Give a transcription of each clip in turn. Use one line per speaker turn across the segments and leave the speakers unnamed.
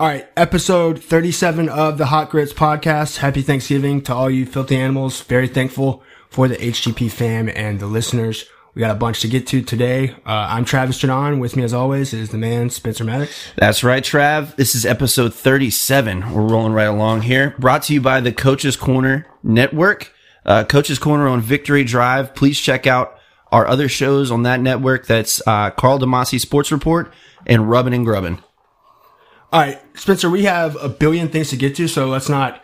All right, episode 37 of the Hot Grits podcast. Happy Thanksgiving to all you filthy animals. Very thankful for the HGP fam and the listeners. We got a bunch to get to today. Uh, I'm Travis Janon. With me, as always, is the man Spencer Maddox.
That's right, Trav. This is episode 37. We're rolling right along here. Brought to you by the Coaches Corner Network. Uh, Coaches Corner on Victory Drive. Please check out our other shows on that network. That's uh, Carl DeMasi Sports Report and Rubbin' and Grubbin'.
All right, Spencer, we have a billion things to get to, so let's not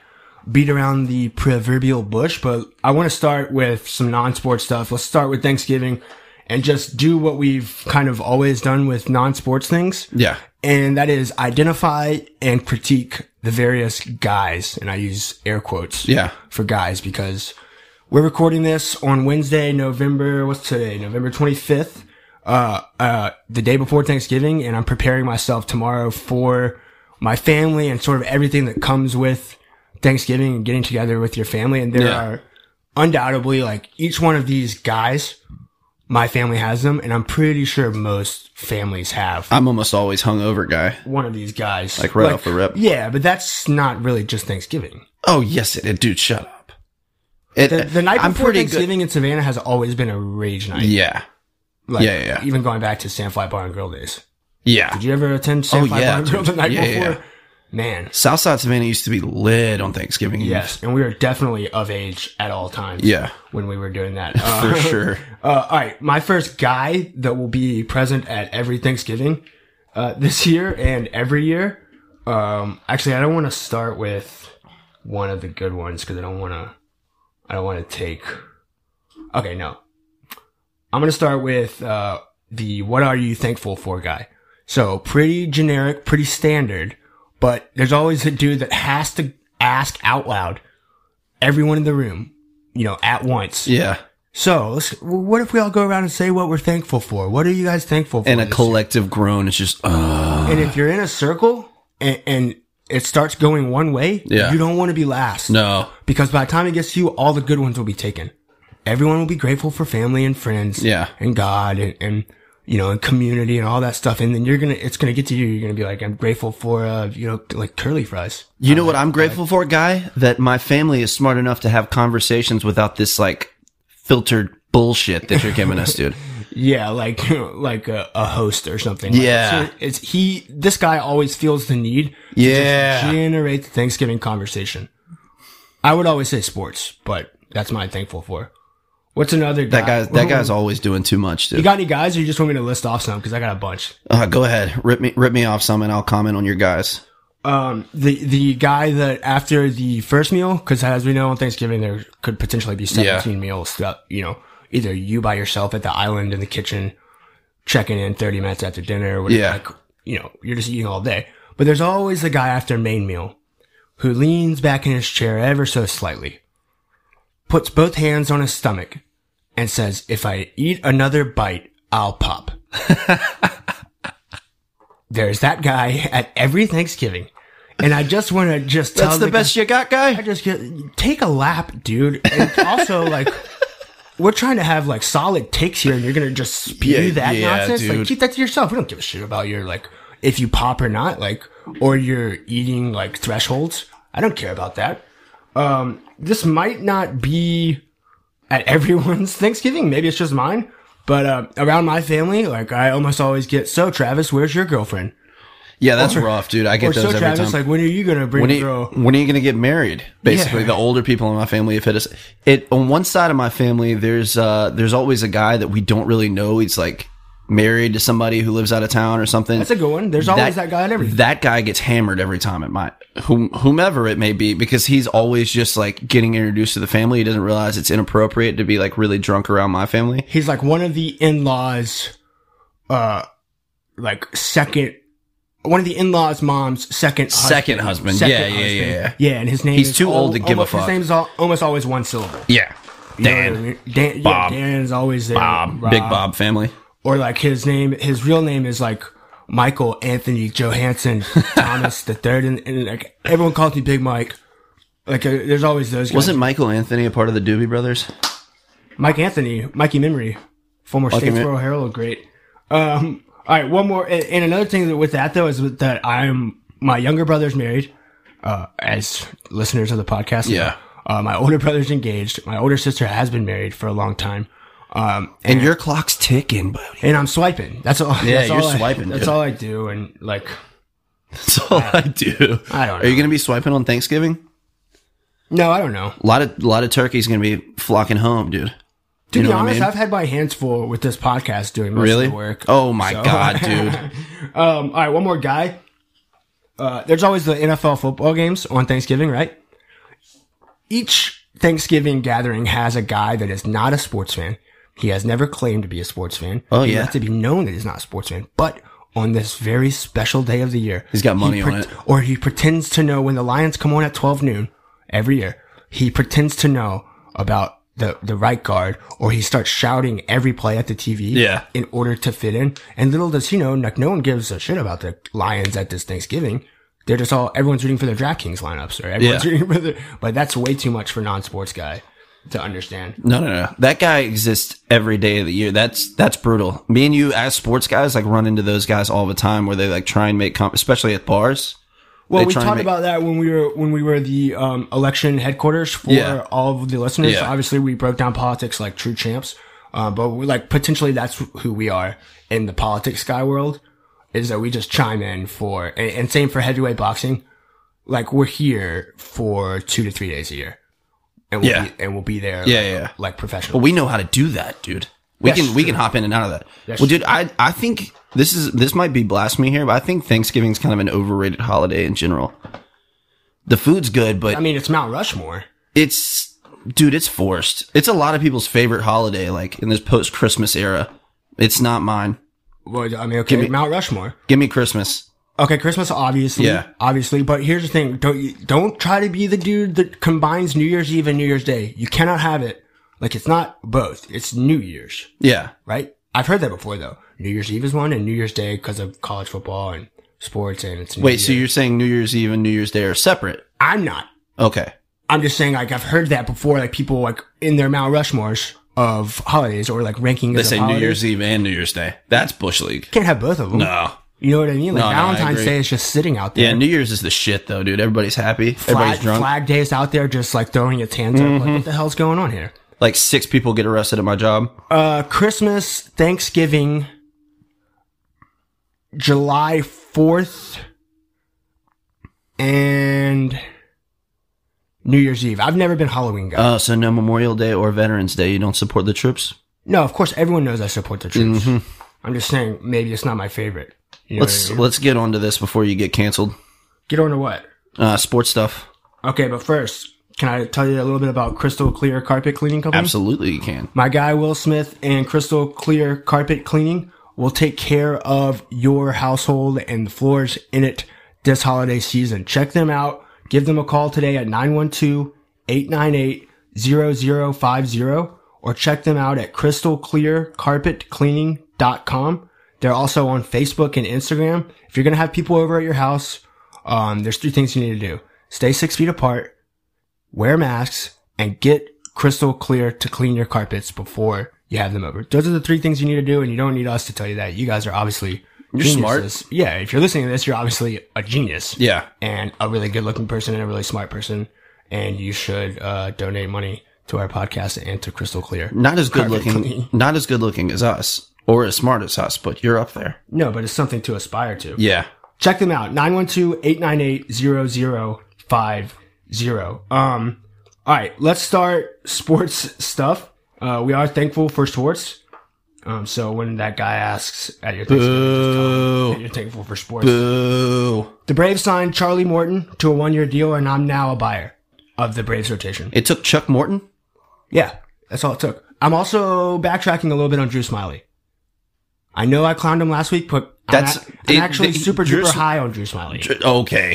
beat around the proverbial bush. But I want to start with some non-sports stuff. Let's start with Thanksgiving and just do what we've kind of always done with non-sports things.
Yeah.
and that is identify and critique the various guys. And I use air quotes
Yeah.
for guys because we're recording this on Wednesday, November, what's today? November 25th, uh, uh, the day before Thanksgiving. And I'm preparing myself tomorrow for my family and sort of everything that comes with Thanksgiving and getting together with your family. And there
Yeah.
are undoubtedly like each one of these guys, my family has them. And I'm pretty sure most families have
I'm almost always hungover guy.
one of these guys.
Like, right off the rip.
Yeah, but that's not really just Thanksgiving.
Oh, yes, it is. Dude, shut up. It,
The, the night
I'm
before
pretty good-
Thanksgiving in Savannah has always been a rage night.
Yeah.
Like,
yeah, yeah.
Even going back to Sandfly Bar and Grill days.
Yeah.
Did you ever attend Sandfly
Oh, yeah,
Bar and Grill the
dude.
night
Yeah, yeah,
before?
yeah.
Man.
Southside Savannah used to be lit on Thanksgiving Eve.
Yes. And we were definitely of age at all times.
Yeah.
When we were doing that.
For sure.
Uh, all right, my first guy that will be present at every Thanksgiving uh, this year and every year. Um, actually, I don't want to start with one of the good ones because I don't want to. I don't want to take. Okay, no. I'm gonna start with uh, the "What are you thankful for?" guy. So pretty generic, pretty standard, but there's always a dude that has to ask out loud, everyone in the room, you know, at once.
Yeah.
So, let's, w- what if we all go around and say what we're thankful for? What are you guys thankful for?
And a
this
collective groan is just, uh,
year? And if you're in a circle and, and it starts going one way,
Yeah.
you don't want to be last.
no.
Because by the time it gets to you, all the good ones will be taken. Everyone will be grateful for family and friends.
Yeah.
And God and, and you know, and community and all that stuff. And then you're going to, it's going to get to you. You're going to be like, I'm grateful for, uh, you know, like curly fries.
You know what I'm grateful for, guy? That my family is smart enough to have conversations without this like filtered bullshit that you're giving us, dude.
Yeah, like like a, a host or something.
Yeah.
Like, so it's he. This guy always feels the need. to
Yeah.
just generate the Thanksgiving conversation. I would always say sports, but that's my thankful for. What's another guy?
That guy, that guy's always doing too much,
You
dude.
got any guys? Or you just want me to list off some because I got a bunch.
Uh, go ahead, rip me, rip me off some, and I'll comment on your guys.
Um, the the guy that after the first meal, because as we know on Thanksgiving there could potentially be seventeen meals. That, you know, either you by yourself at the island in the kitchen, checking in thirty minutes after dinner. Whatever,
Yeah.
like, you know, you're just eating all day. But there's always the guy after main meal who leans back in his chair ever so slightly, puts both hands on his stomach, and says, "If I eat another bite, I'll pop." There's that guy at every Thanksgiving, and I just want to just tell
That's the best you got,
I
guy.
just get take a lap, dude. And also, like, we're trying to have like solid takes here, and you're gonna just spew
Yeah,
that
yeah,
nonsense. Like,
dude.
keep that to yourself. We don't give a shit about your like if you pop or not, like, or you're eating like thresholds. I don't care about that. Um, this might not be at everyone's Thanksgiving. Maybe it's just mine. But uh, around my family, like I almost always get, so Travis, where's your girlfriend?
Yeah, that's rough, dude. I
Or
get
so
those every
Travis,
time.
like when are you gonna bring
when, are
a
you,
girl?
when are you gonna get married? Basically,
Yeah.
the older people in my family have hit us. It on one side of my family, there's uh, there's always a guy that we don't really know. He's like married to somebody who lives out of town or something.
That's a good one. There's always that, guy at everything.
That guy gets hammered every time at my whom, whomever it may be because he's always just like getting introduced to the family. He doesn't realize it's inappropriate to be like really drunk around my family.
he's like one of the in-laws uh like second one of the in-laws mom's second
Second husband. Yeah, yeah, yeah,
yeah and his name
He's
is
too old to give a
almost,
fuck.
his name's al- almost always one syllable
Yeah,
You know what I
Dan,
mean? Dan,
Bob.
yeah, Dan's always there
Bob, Big
Rob.
Bob family.
or like his name his real name is like Michael Anthony Johansson Thomas the third and, and like everyone calls me Big Mike like uh, there's always those guys
Wasn't Michael Anthony a part of the Doobie Brothers?
Mike Anthony, Mikey Memory, former Statesboro Herald, great. Um, all right, one more, and, and another thing that with that though is with- that I'm my younger brother's married, uh, as listeners of the podcast. know.
Yeah.
Uh, my older brother's engaged. My older sister has been married for a long time. Um,
And your clock's ticking, buddy.
and I'm swiping. That's all.
Yeah,
that's
you're
all I-
swiping,
That's
dude.
all I do. And like,
That's all I do.
I don't
Are you
know.
going to be swiping on Thanksgiving?
No, I don't know.
A lot of lot of turkeys going to be flocking home, dude.
To be
You know what I
honest, I
mean?
have had my hands full with this podcast doing most
Really?
of the work.
Oh my
So-
god, dude.
Um, all right, one more guy. Uh, there's always the NFL football games on Thanksgiving, right? Each Thanksgiving gathering has a guy that is not a sports fan. He has never claimed to be a sports fan.
Oh,
He
yeah.
wants to be known that he's not a sports fan. But on this very special day of the year,
He's got money
he
on it.
Or he pretends to know when the Lions come on at 12 noon every year. He pretends to know about the, the right guard or he starts shouting every play at the TV
Yeah.
in order to fit in. And little does he know, like no one gives a shit about the Lions at this Thanksgiving. They're just all everyone's rooting for their DraftKings lineups or everyone's
Yeah.
rooting for their, but that's way too much for non-sports guy to understand.
No, no, no. That guy exists every day of the year. That's that's brutal. Me and you, as sports guys, like run into those guys all the time where they like try and make, comp- especially at bars.
Well,
They
we
try and
talked
make-
about that when we were when we were the um, election headquarters for
Yeah.
all of the listeners.
Yeah.
Obviously, we broke down politics like true champs, uh, but we, like potentially that's who we are in the politics guy world. Is that we just chime in for and, and same for heavyweight boxing. Like we're here for two to three days a year, and we'll
Yeah.
be, and we'll be there.
Yeah,
like,
yeah.
like professional.
But we know how to do that, dude. We
That's
can we can hop in and out of that. well, dude, I I think this is this might be blasphemy here, but I think Thanksgiving's kind of an overrated holiday in general. The food's good, but
I mean, it's Mount Rushmore.
it's dude, it's forced. It's a lot of people's favorite holiday, like in this post Christmas era. It's not mine.
Well, I mean, okay, Mount Rushmore.
Give me Christmas.
Okay, Christmas, obviously,
Yeah.
obviously. But here's the thing: don't you, don't try to be the dude that combines New Year's Eve and New Year's Day. You cannot have it. Like it's not both. It's New Year's,
Yeah.
right? I've heard that before though. New Year's Eve is one, and New Year's Day because of college football and sports, and it's New
Wait, so
Year.
you're saying New Year's Eve and New Year's Day are separate?
I'm not.
Okay.
I'm just saying, like I've heard that before. Like people like in their Mount Rushmores of holidays or like ranking.
They say New Year's Eve and New Year's Day. That's Bush League.
Can't have both of them.
No.
You know what I mean? Like
No, no, I
Valentine's
agree.
Day is just sitting out there.
Yeah, New Year's is the shit though, dude. Everybody's happy.
flag,
Everybody's drunk. Mm-hmm.
flag day is out there just like throwing its hands up. Like, what the hell's going on here?
Like six people get arrested at my job.
Uh, Christmas, Thanksgiving, July 4th, and New Year's Eve. I've never been Halloween guy.
Oh, so no Memorial Day or Veterans Day. You don't support the troops?
no, of course, everyone knows I support the troops. I'm just saying, maybe it's not my favorite. You know
Mm-hmm. Let's
what I mean?
let's get onto this before you get canceled.
Get on to what?
Uh, sports stuff.
Okay, but first, can I tell you a little bit about Crystal Clear Carpet Cleaning Company?
Absolutely, you can.
My guy Will Smith and Crystal Clear Carpet Cleaning will take care of your household and the floors in it this holiday season. Check them out. Give them a call today at 912-898-0050 or check them out at crystalclearcarpetcleaning.com. They're also on Facebook and Instagram. If you're going to have people over at your house, um, there's three things you need to do. Stay six feet apart, wear masks, and get crystal clear to clean your carpets before you have them over. Those are the three things you need to do, and you don't need us to tell you that. You guys are obviously
You're smart.
smart. Yeah, if you're listening to this, you're obviously a genius
Yeah.
and a really good looking person and a really smart person, and you should uh, donate money to our podcast and to Crystal Clear.
Not as good looking.
cleaning.
Not as good looking as us, or as smart as us, but you're up there.
No, but it's something to aspire to.
Yeah.
check them out 912-898-0050 um all right let's start sports stuff uh we are thankful for sports um so when that guy asks at your Thanksgiving,
Boo.
you're thankful for sports
Boo.
the braves signed charlie morton to a one-year deal and i'm now a buyer of the braves rotation
It took Chuck Morton.
yeah that's all it took i'm also backtracking a little bit on drew smiley i know i clowned him last week but
That's-
i'm, a- I'm
it-
actually
it-
super
Drew
duper
Sm-
high on drew smiley
Okay.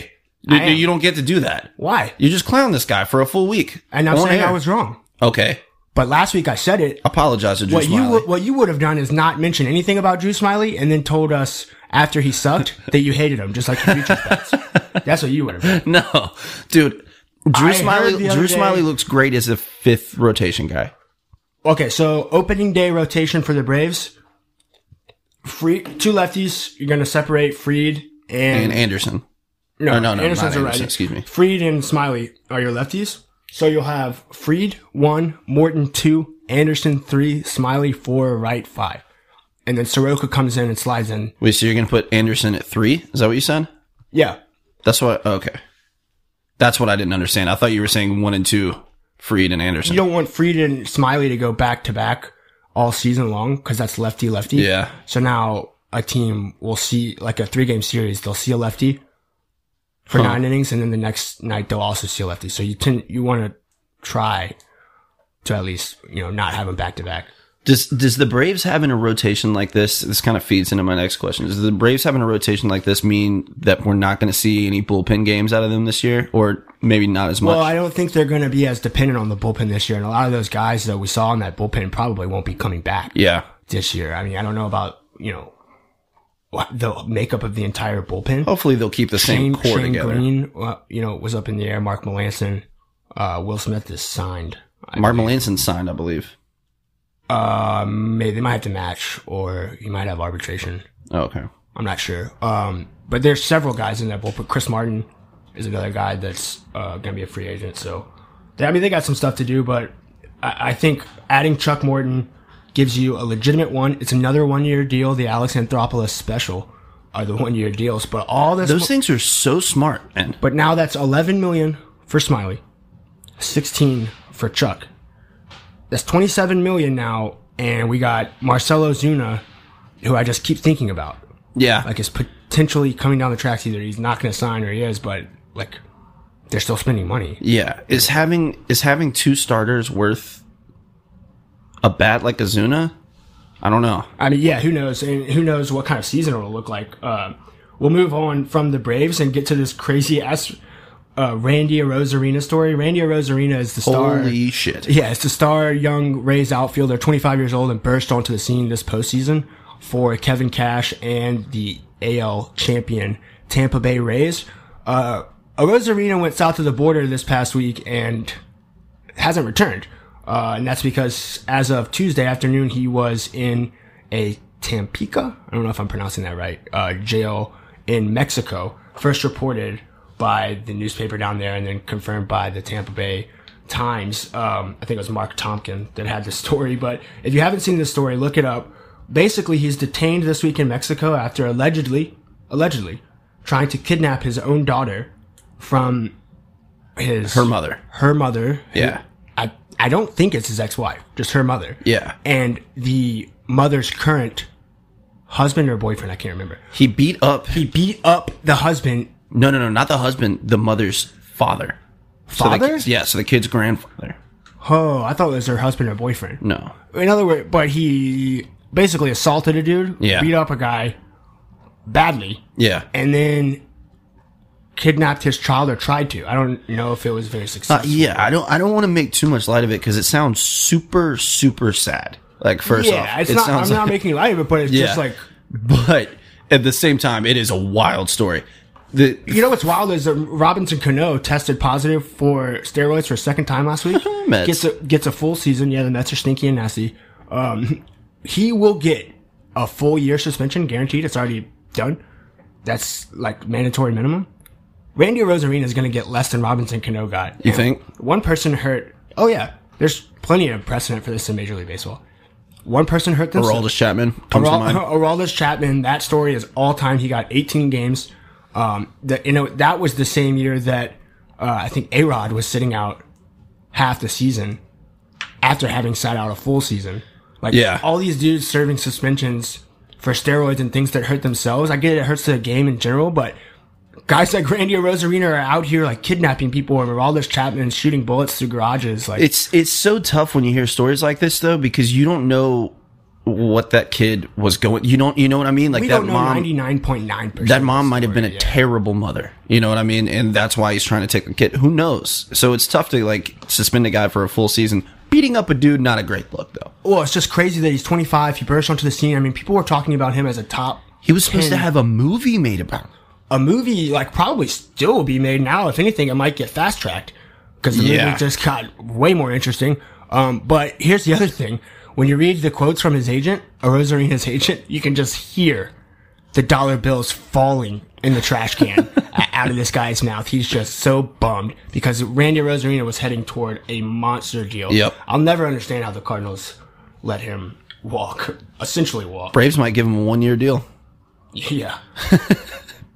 I
You,
am.
you don't get to do that.
why
You just clown this guy for a full week.
and i'm
on
saying
air.
i was wrong
okay.
But last week I said it.
Apologize to Drew
What you
Smiley.
would, what you would have done is not mention anything about Drew Smiley and then told us after he sucked that you hated him, just like your future bets. That's what you would have done.
no, dude.
I
Drew
heard
Smiley.
the other
Drew
day-
Smiley looks great as a fifth rotation guy.
Okay, so opening day rotation for the Braves. Free two lefties. You're gonna separate Freed and,
And Anderson.
No,
Oh, no, no, not
Anderson's a
Anderson,
righty.
excuse me.
Freed and Smiley are your lefties. So you'll have Freed one, Morton two, Anderson three, Smiley four, Wright five, and then Soroka comes in and slides in.
Wait, so you're gonna put Anderson at three? Is that what you said?
Yeah,
That's what. Okay, that's what I didn't understand. I thought you were saying one and two, Freed and Anderson.
you don't want Freed and Smiley to go back to back all season long because that's lefty lefty.
Yeah.
So now a team will see like a three game series, they'll see a lefty for nine innings, and then the next night they'll also see a lefty. So you tend you want to try to at least you know not have them back to back.
Does does the Braves having a rotation like this? This kind of feeds into my next question. Does the Braves having a rotation like this mean that we're not going to see any bullpen games out of them this year, or maybe not as much?
Well, I don't think they're going to be as dependent on the bullpen this year, and a lot of those guys that we saw in that bullpen probably won't be coming back
yeah.
this year. I mean, I don't know about you know what the makeup of the entire bullpen.
Hopefully they'll keep the
Shane,
same core
Shane
together.
Green, uh, you know, was up in the air. Mark Melanson, uh, Will Smith is signed.
Mark Melanson signed, I believe.
Uh, maybe they might have to match, or you might have arbitration.
Oh, okay.
I'm not sure. Um, but there's several guys in that bullpen. Chris Martin is another guy that's uh, gonna be a free agent. So, they, I mean, they got some stuff to do, but I, I think adding Chuck Morton gives you a legitimate one. It's another one year deal. The Alex Anthropoulos special are the one year deals, but all this.
Those things are so smart, man.
But now that's 11 million for Smiley, 16 for Chuck. That's 27 million now, and we got Marcelo Zuna, who I just keep thinking about.
Yeah.
Like, is potentially coming down the tracks. Either he's not going to sign or he is, but like, they're still spending money.
yeah. Is having is having two starters worth a bat like Azuna? I don't know.
I mean, yeah, who knows? And who knows what kind of season it'll look like. Uh, we'll move on from the Braves and get to this crazy ass uh, Randy Rosarina story. Randy Rosarina is the star.
Holy shit.
Yeah, it's the star young Rays outfielder, 25 years old, and burst onto the scene this postseason for Kevin Cash and the AL champion Tampa Bay Rays. Uh, Rosarina went south of the border this past week and hasn't returned. Uh, and that's because as of Tuesday afternoon, he was in a Tampica. I don't know if I'm pronouncing that right. Uh, jail in Mexico. First reported by the newspaper down there and then confirmed by the Tampa Bay Times. Um, I think it was Mark Tompkin that had the story. But if you haven't seen this story, look it up. Basically, he's detained this week in Mexico after allegedly, allegedly, trying to kidnap his own daughter from his
Her mother.
her mother. who-
Yeah.
I, I don't think it's his ex wife, just her mother.
Yeah.
And the mother's current husband or boyfriend, I can't remember.
He beat up
He beat up the husband.
No, no, no, not the husband, the mother's father. So the
Father?
kid's- yeah, so the kid's grandfather.
Oh, I thought it was her husband or boyfriend.
No.
In other words, but he basically assaulted a dude,
Yeah.
beat up a guy badly,
Yeah.
and then kidnapped his child or tried to. I don't know if it was very
Uh,
successful.
yeah, I don't I don't want to make too much light of it cuz it sounds super super sad. Like first
yeah,
off,
it's
it
not. I'm
sounds
not making light of it, but it's just
Yeah.
like
but at the same time it is a wild story. The
You know what's wild is that Robinson Cano tested positive for steroids for a second time last week.
Mets.
Gets a gets a full season. Yeah, the Mets are stinky and nasty. Um, he will get a full year suspension guaranteed. It's already done. That's like mandatory minimum. Randy Rosarina is going to get less than Robinson Cano got.
you think?
One person hurt. Oh yeah, there's plenty of precedent for this in Major League Baseball. One person hurt themselves.
Aroldis Chapman comes to mind.
Aral- Aroldis Chapman, that story is all time. He got 18 games. Um, that you know that was the same year that uh, I think A Rod was sitting out half the season after having sat out a full season. Like
Yeah.
all these dudes serving suspensions for steroids and things that hurt themselves. I get it, it hurts the game in general, but guys like Randy Rosarina are out here like kidnapping people, and Aroldis Chapman shooting bullets through garages. Like
It's it's so tough when you hear stories like this though because you don't know what that kid was going you don't you know what I mean? Like
we
that
don't know
mom
99.9%.
that mom might have been a terrible mother. You know what I mean? And that's why he's trying to take the kid. Who knows? So it's tough to like suspend a guy for a full season. Beating up a dude, not a great look though.
Well, it's just crazy that he's 25. He burst onto the scene. I mean, people were talking about him as a top.
He was supposed to have a movie made about. Him.
A movie, like, probably still will be made now. If anything, it might get fast tracked because the
Yeah.
movie just got way more interesting. Um, but here's the other thing when you read the quotes from his agent, or Rosarina's agent, you can just hear the dollar bills falling in the trash can. I- out of this guy's mouth. He's just so bummed because Randy Rosarino was heading toward a monster deal.
Yep.
I'll never understand how the Cardinals let him walk, essentially walk.
Braves might give him a one year deal.
Yeah.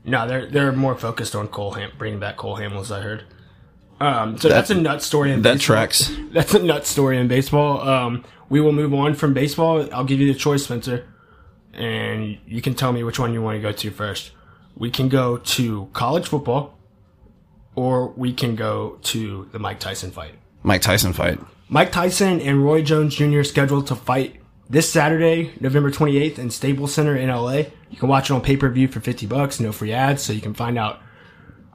no, they're they're more focused on Cole Ham, bringing back Cole Hamels. I heard. Um, so that's a nut story. In
That
baseball.
tracks.
That's a nut story in baseball. Um, we will move on from baseball. I'll give you the choice, Spencer, and you can tell me which one you want to go to first. We can go to college football, or we can go to the Mike Tyson fight.
Mike Tyson fight.
Mike Tyson and Roy Jones Jr. scheduled to fight this Saturday, November 28th, in Staples Center in LA. You can watch it on pay per view for 50 bucks, no free ads, so you can find out,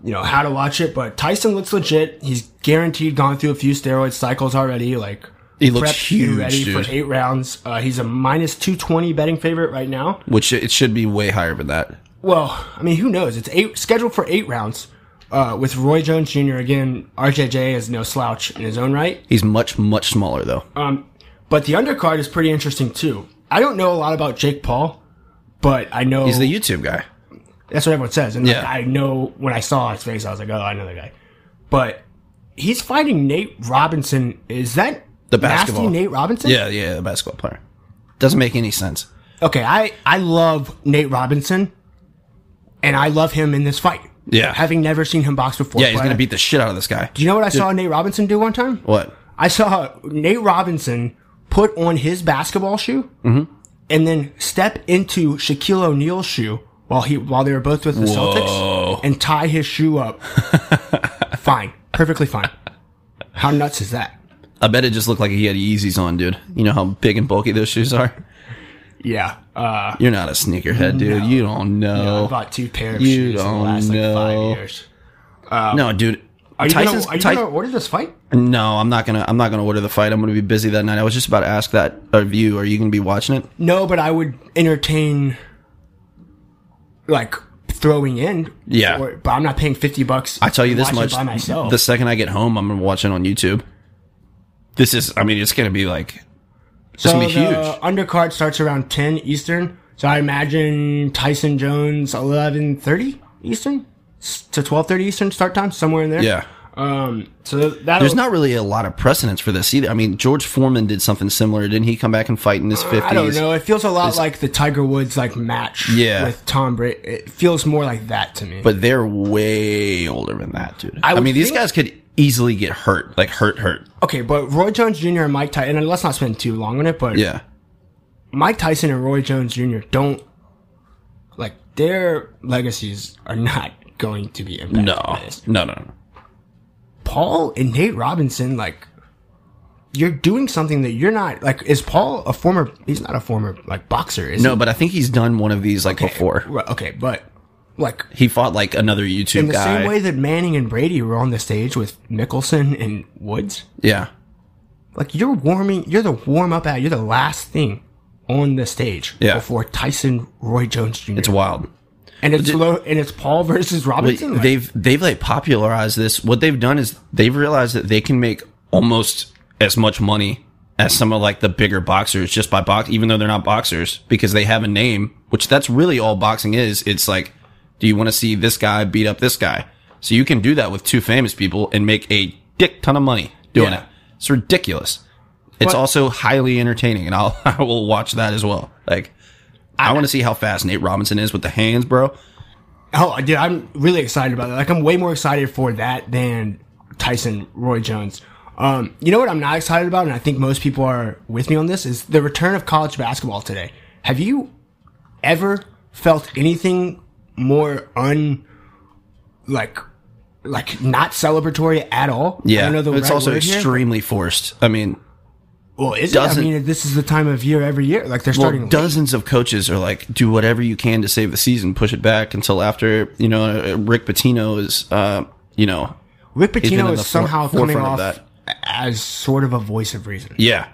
you know, how to watch it. But Tyson looks legit. He's guaranteed gone through a few steroid cycles already. Like
He looks
prepped and
huge,
ready
dude.
for eight rounds. Uh, he's a minus 220 betting favorite right now.
Which it should be way higher than that.
Well, I mean, who knows? It's eight scheduled for eight rounds. Uh, with Roy Jones Jr. again, RJJ is no slouch in his own right.
He's much, much smaller though.
Um, but the undercard is pretty interesting too. I don't know a lot about Jake Paul, but I know
He's the YouTube guy.
that's what everyone says. And like,
Yeah.
I know when I saw his face, I was like, oh, I know that guy. But he's fighting Nate Robinson. Is that
The basketball.
nasty Nate Robinson?
Yeah, yeah, the basketball player. Doesn't make any sense.
Okay, I I love Nate Robinson, and I love him in this fight.
Yeah.
having never seen him box before.
Yeah, he's
but I-
gonna beat the shit out of this guy.
Do you know what I saw Nate Robinson do one time?
What?
I saw Nate Robinson put on his basketball shoe and then step into Shaquille O'Neal's shoe while he while they were both with the Celtics and tie his shoe up. fine, perfectly fine. How nuts is that?
I bet it just looked like he had Yeezys on, dude. You know how big and bulky those shoes are?
Yeah, uh,
You're not a sneakerhead, dude. You don't
I
know. No,
bought two pair of
You
shoes in the
don't
last like
know.
five years.
dude.
Are you, gonna,
Tyson's-
are you
Ty-
gonna order this fight?
no, I'm not gonna. I'm not gonna order the fight. I'm gonna be busy that night. I was just about to ask that of you. Are you gonna be watching it?
No, but I would entertain like throwing in.
Yeah.
for it, but I'm not paying fifty bucks.
I tell you this
watch it
much:
by myself.
the second I get home, I'm gonna watch it on YouTube. This is. I mean, it's gonna be like. It's
So uh,
gonna be
the
huge.
undercard starts around 10 Eastern. So I imagine Tyson Jones 11:30 Eastern s- to 12:30 Eastern start time somewhere in there.
Yeah.
Um. So that
There's not really a lot of precedence for this either. I mean, George Foreman did something similar. Didn't he come back and fight in his 50s?
I don't know. It feels a lot like the Tiger Woods like match.
Yeah.
With Tom Brady, it feels more like that to me.
But they're way older than that, dude. I,
would
mean, these
think-
guys could easily get hurt, like hurt, hurt.
okay, but Roy Jones Jr. and Mike Tyson. And let's not spend too long on it. But
Yeah.
Mike Tyson and Roy Jones Jr. don't like their legacies are not going to be impacted
No.
by this.
No, no, no.
Paul and Nate Robinson, like, you're doing something that you're not, like, is Paul a former, he's not a former, like, boxer, is
No, but I think he's done one of these like
he?
before.
Right, Okay, but, like,
He fought like another YouTube
in the
guy.
same way that Manning and Brady were on the stage with Mickelson and Woods,
Yeah.
like, you're warming, you're the warm up out, you're the last thing on the stage
Yeah.
before Tyson Roy Jones Jr.
It's wild.
and it's low, and it's Paul versus
But
Robinson. like,
they've they've like popularized this. What they've done is they've realized that they can make almost as much money as some of like the bigger boxers just by box, even though they're not boxers because they have a name. Which that's really all boxing is. It's like, do you want to see this guy beat up this guy? So you can do that with two famous people and make a dick ton of money doing
Yeah.
it. It's ridiculous. It's
But-
also highly entertaining, and I'll I will watch that as well. Like. I want to see how fast Nate Robinson is with the hands, bro.
Oh, dude, I'm really excited about that. Like, I'm way more excited for that than Tyson Roy Jones. Um, you know what I'm not excited about, and I think most people are with me on this, is the return of college basketball today. Have you ever felt anything more un, like, like not celebratory at all? I
Yeah,
don't know the
it's
right
also
word here.
extremely forced. I mean,
Well, is it? I
doesn't-
mean, this is the time of year every year. Like they're
well,
starting.
dozens of coaches are like, do whatever you can to save the season, push it back until after you know uh, Rick Pitino is, uh, you know,
Rick
been in
Pitino
the
is
fore-
somehow coming
forefront
off
of that.
as sort of a voice of reason.
yeah,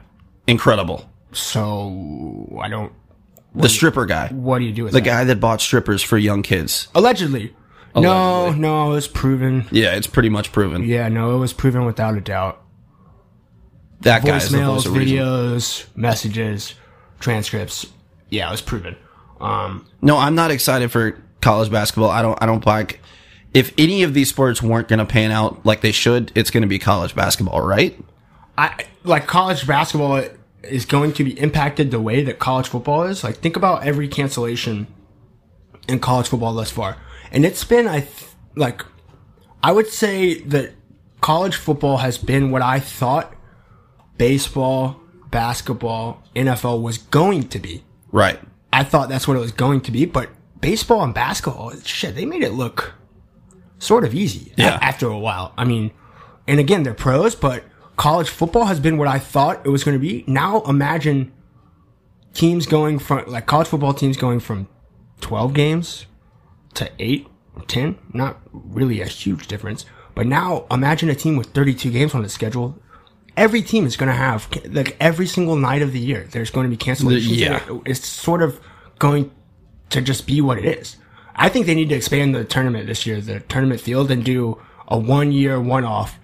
incredible.
So I don't
The stripper guy,
What do you do with
the
that?
guy that bought strippers for young kids.
Allegedly.
Oh,
No, no, it was proven.
Yeah, it's pretty much proven.
Yeah, no, it was proven without a doubt.
That guy is the
Voicemails,
voice of reason.
videos, messages, transcripts. Yeah, it was proven. Um,
No, I'm not excited for college basketball. I don't. I don't like. if any of these sports weren't going to pan out like they should, it's going to be college basketball, right?
I like college basketball is going to be impacted the way that college football is. Like think about every cancellation in college football thus far, and it's been I th- like I would say that college football has been what I thought baseball, basketball, NFL was going to be.
Right.
I thought that's what it was going to be, but baseball and basketball, shit, they made it look sort of easy a-
Yeah.
after a while. I mean, and again, they're pros, but college football has been what I thought it was going to be. Now imagine teams going from, like college football teams going from 12 games to 8, 10. Not really a huge difference. But now imagine a team with 32 games on its schedule. Every team is going to have, like, every single night of the year, there's going to be cancellations.
Yeah.
It's sort of going to just be what it is. I think they need to expand the tournament this year, the tournament field, and do a one year one off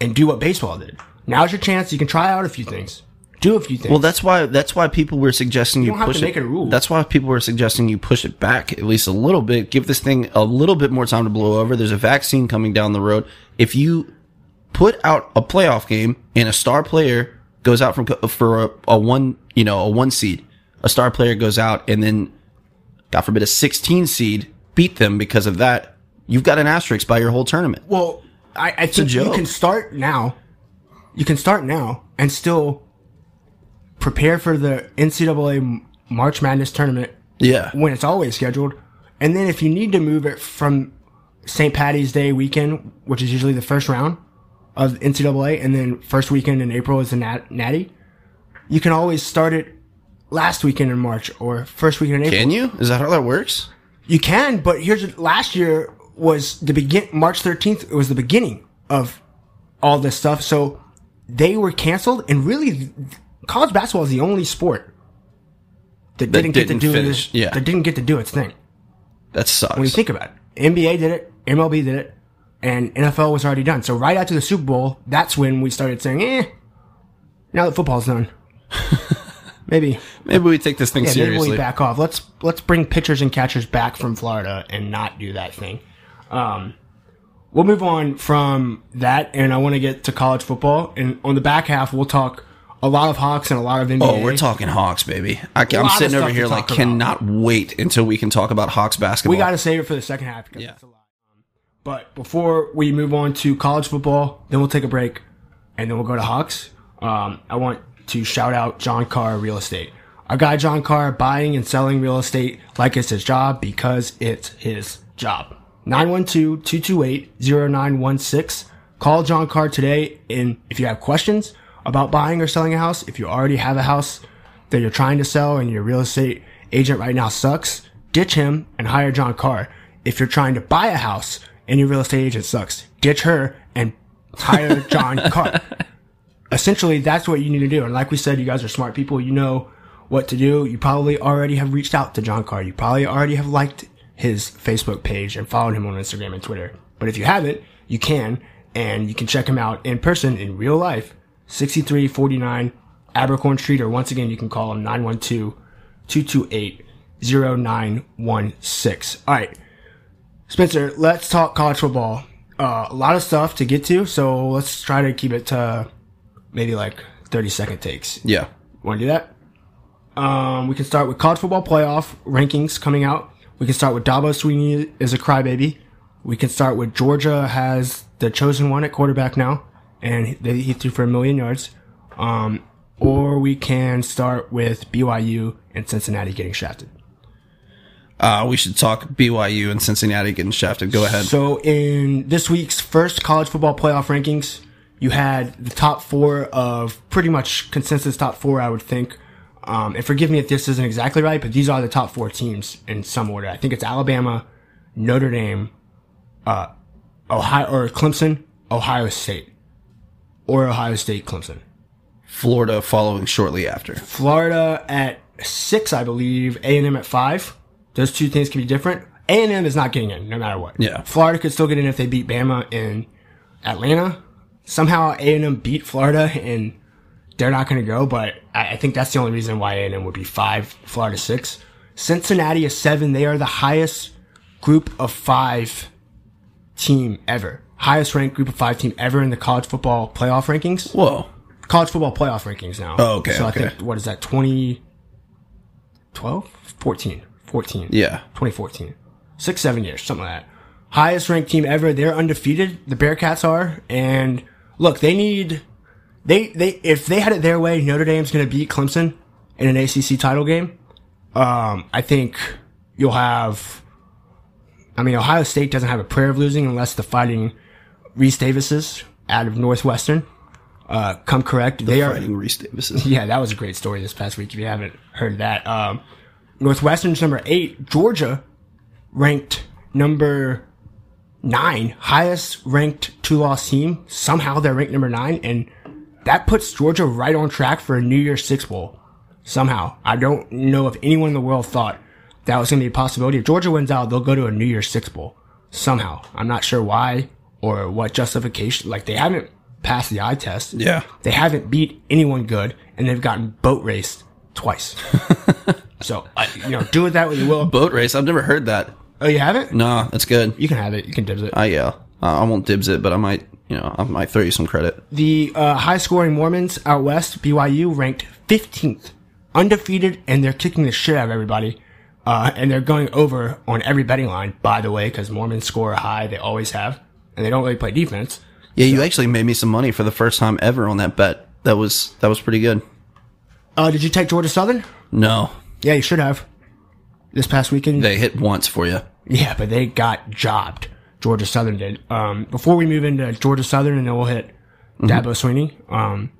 and do what baseball did. Now's your chance. You can try out a few things, do a few things.
Well, that's why that's why people were suggesting you,
don't have
push
to
it.
make it a rule.
That's why people were suggesting you push it back at least a little bit. Give this thing a little bit more time to blow over. There's a vaccine coming down the road. If you put out a playoff game and a star player goes out from co- for a, a one, you know, a one seed, a star player goes out and then, God forbid, a 16 seed beat them because of that. You've got an asterisk by your whole tournament.
Well, I, I think you
joke.
can start now. You can start now and still prepare for the NCAA M- March Madness tournament
Yeah.
when it's always scheduled. And then if you need to move it from St. Patty's Day weekend, which is usually the first round of NCAA, and then first weekend in April is the nat- Natty, you can always start it last weekend in March or first weekend in April.
Can you? Is that how that works?
You can, but here's last year was the begin March 13th. It was the beginning of all this stuff. So they were canceled, and really, th- college basketball is the only sport that didn't, get to
didn't
do
finish,
this.
yeah.
That didn't get to do its thing.
That sucks.
When you think about it, NBA did it, MLB did it, and NFL was already done. So right after the Super Bowl, that's when we started saying, "Eh, now that football's done, maybe."
Maybe we take this thing
Yeah,
seriously.
maybe we back off. Let's let's bring pitchers and catchers back from Florida and not do that thing. Um, we'll move on from that, and I want to get to college football. And on the back half, we'll talk a lot of Hawks and a lot of NBA.
Oh, we're talking Hawks, baby. I, am
lot of
sitting over
stuff
here
to
like,
talk about.
cannot wait until we can talk about Hawks basketball.
we got to save it for the second half because it's a lot. Um, But before we move on to college football, then we'll take a break, and then we'll go to Hawks. Um, I want to shout out John Carr Real Estate. Our guy John Carr buying and selling real estate like it's his job because it's his job. 912-228-0916. Call John Carr today and if you have questions about buying or selling a house, if you already have a house that you're trying to sell and your real estate agent right now sucks, ditch him and hire John Carr. If you're trying to buy a house and your real estate agent sucks, ditch her and hire John Carr. Essentially, that's what you need to do. And like we said, you guys are smart people. You know what to do. You probably already have reached out to John Carr. You probably already have liked his Facebook page and followed him on Instagram and Twitter. But if you haven't, you can, and you can check him out in person in real life 6349 Abercorn Street, or once again, you can call him 912 228 0916. All right, Spencer, let's talk college football. Uh, a lot of stuff to get to, so let's try to keep it to maybe like 30 second takes.
yeah.
Want to do that? Um, we can start with college football playoff rankings coming out. We can start with Dabo Sweeney is a crybaby. We can start with Georgia has the chosen one at quarterback now, and he, he threw for a million yards. Um, or we can start with BYU and Cincinnati getting shafted.
Uh, we should talk BYU and Cincinnati getting shafted. Go ahead.
So in this week's first college football playoff rankings, you had the top four of pretty much consensus top four, I would think. Um, and forgive me if this isn't exactly right, but these are the top four teams in some order. I think it's Alabama, Notre Dame, uh, Ohio or Clemson, Ohio State, or Ohio State Clemson.
Florida following shortly after.
Florida at six, I believe. A and M at five. Those two things can be different. A and M is not getting in, no matter what.
Yeah.
Florida could still get in if they beat Bama in Atlanta. Somehow A and M beat Florida, and they're not going to go. But I, I think that's the only reason why A and M would be five. Florida six. Cincinnati is seven. They are the highest group of five team ever. Highest ranked group of five team ever in the college football playoff rankings.
Whoa.
College football playoff rankings now.
Oh, okay,
So
okay.
I think, what is that, 2012? 14. 14.
Yeah.
2014. Six, seven years, something like that. Highest ranked team ever. They're undefeated. The Bearcats are. And look, they need, they, they, if they had it their way, Notre Dame's going to beat Clemson in an ACC title game. Um, I think you'll have, I mean, Ohio State doesn't have a prayer of losing unless the fighting Reese Davises out of Northwestern, uh, come correct. they are,
Fighting Reese Davises.
yeah, that was a great story this past week. If you haven't heard of that, um, Northwestern's number eight, Georgia, ranked number nine, highest ranked two loss team. Somehow they're ranked number nine, and that puts Georgia right on track for a New Year's Six Bowl. Somehow, I don't know if anyone in the world thought that was going to be a possibility. If Georgia wins out, they'll go to a New Year's Six Bowl. Somehow, I'm not sure why or what justification. Like they haven't passed the eye test.
Yeah.
They haven't beat anyone good, and they've gotten boat raced twice. so I, you know, do with that what you will.
Boat race. I've never heard that.
Oh, you have it?
Nah, that's good.
You can have it. You can dibs it.
I yeah. I I won't dibs it, but I might. You know, I might throw you some credit.
The uh, high scoring Mormons out west, BYU, ranked 15th, undefeated, and they're kicking the shit out of everybody. Uh, and they're going over on every betting line, by the way, because Mormons score high. They always have, and they don't really play defense.
Yeah, you actually made me some money for the first time ever on that bet. That was that was pretty good.
Uh, did you take Georgia Southern?
No,
Yeah, you should have. This past weekend,
they hit once for you.
Yeah, but they got jobbed. Georgia Southern did. Um, before we move into Georgia Southern, and then we'll hit Dabo Sweeney. Um,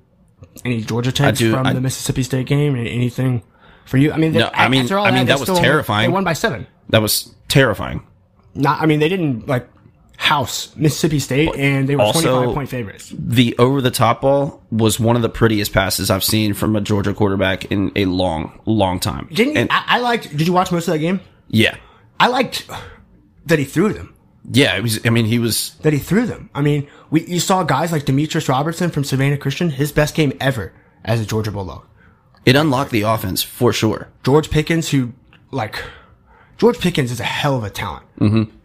any Georgia takes
do-
from
Mm-hmm. I-
the Mississippi State game? and Anything for you? I mean, they,
No, I mean-
after all
I mean,
they
that was
still-
terrifying.
They won by seven.
That was terrifying.
Not. I mean, they didn't like house Mississippi State, and they were
also-
twenty-five point favorites.
The over the top ball was one of the prettiest passes I've seen from a Georgia quarterback in a long, long time.
Didn't
And-
I, I liked? Did you watch most of that game?
yeah,
I liked that he threw them.
yeah. It was. I mean, he was.
that he threw them. I mean, we you saw guys like Demetrius Robertson from Savannah Christian, his best game ever as a Georgia Bulldog.
It unlocked the offense for sure.
George Pickens, who like George Pickens is a hell of a talent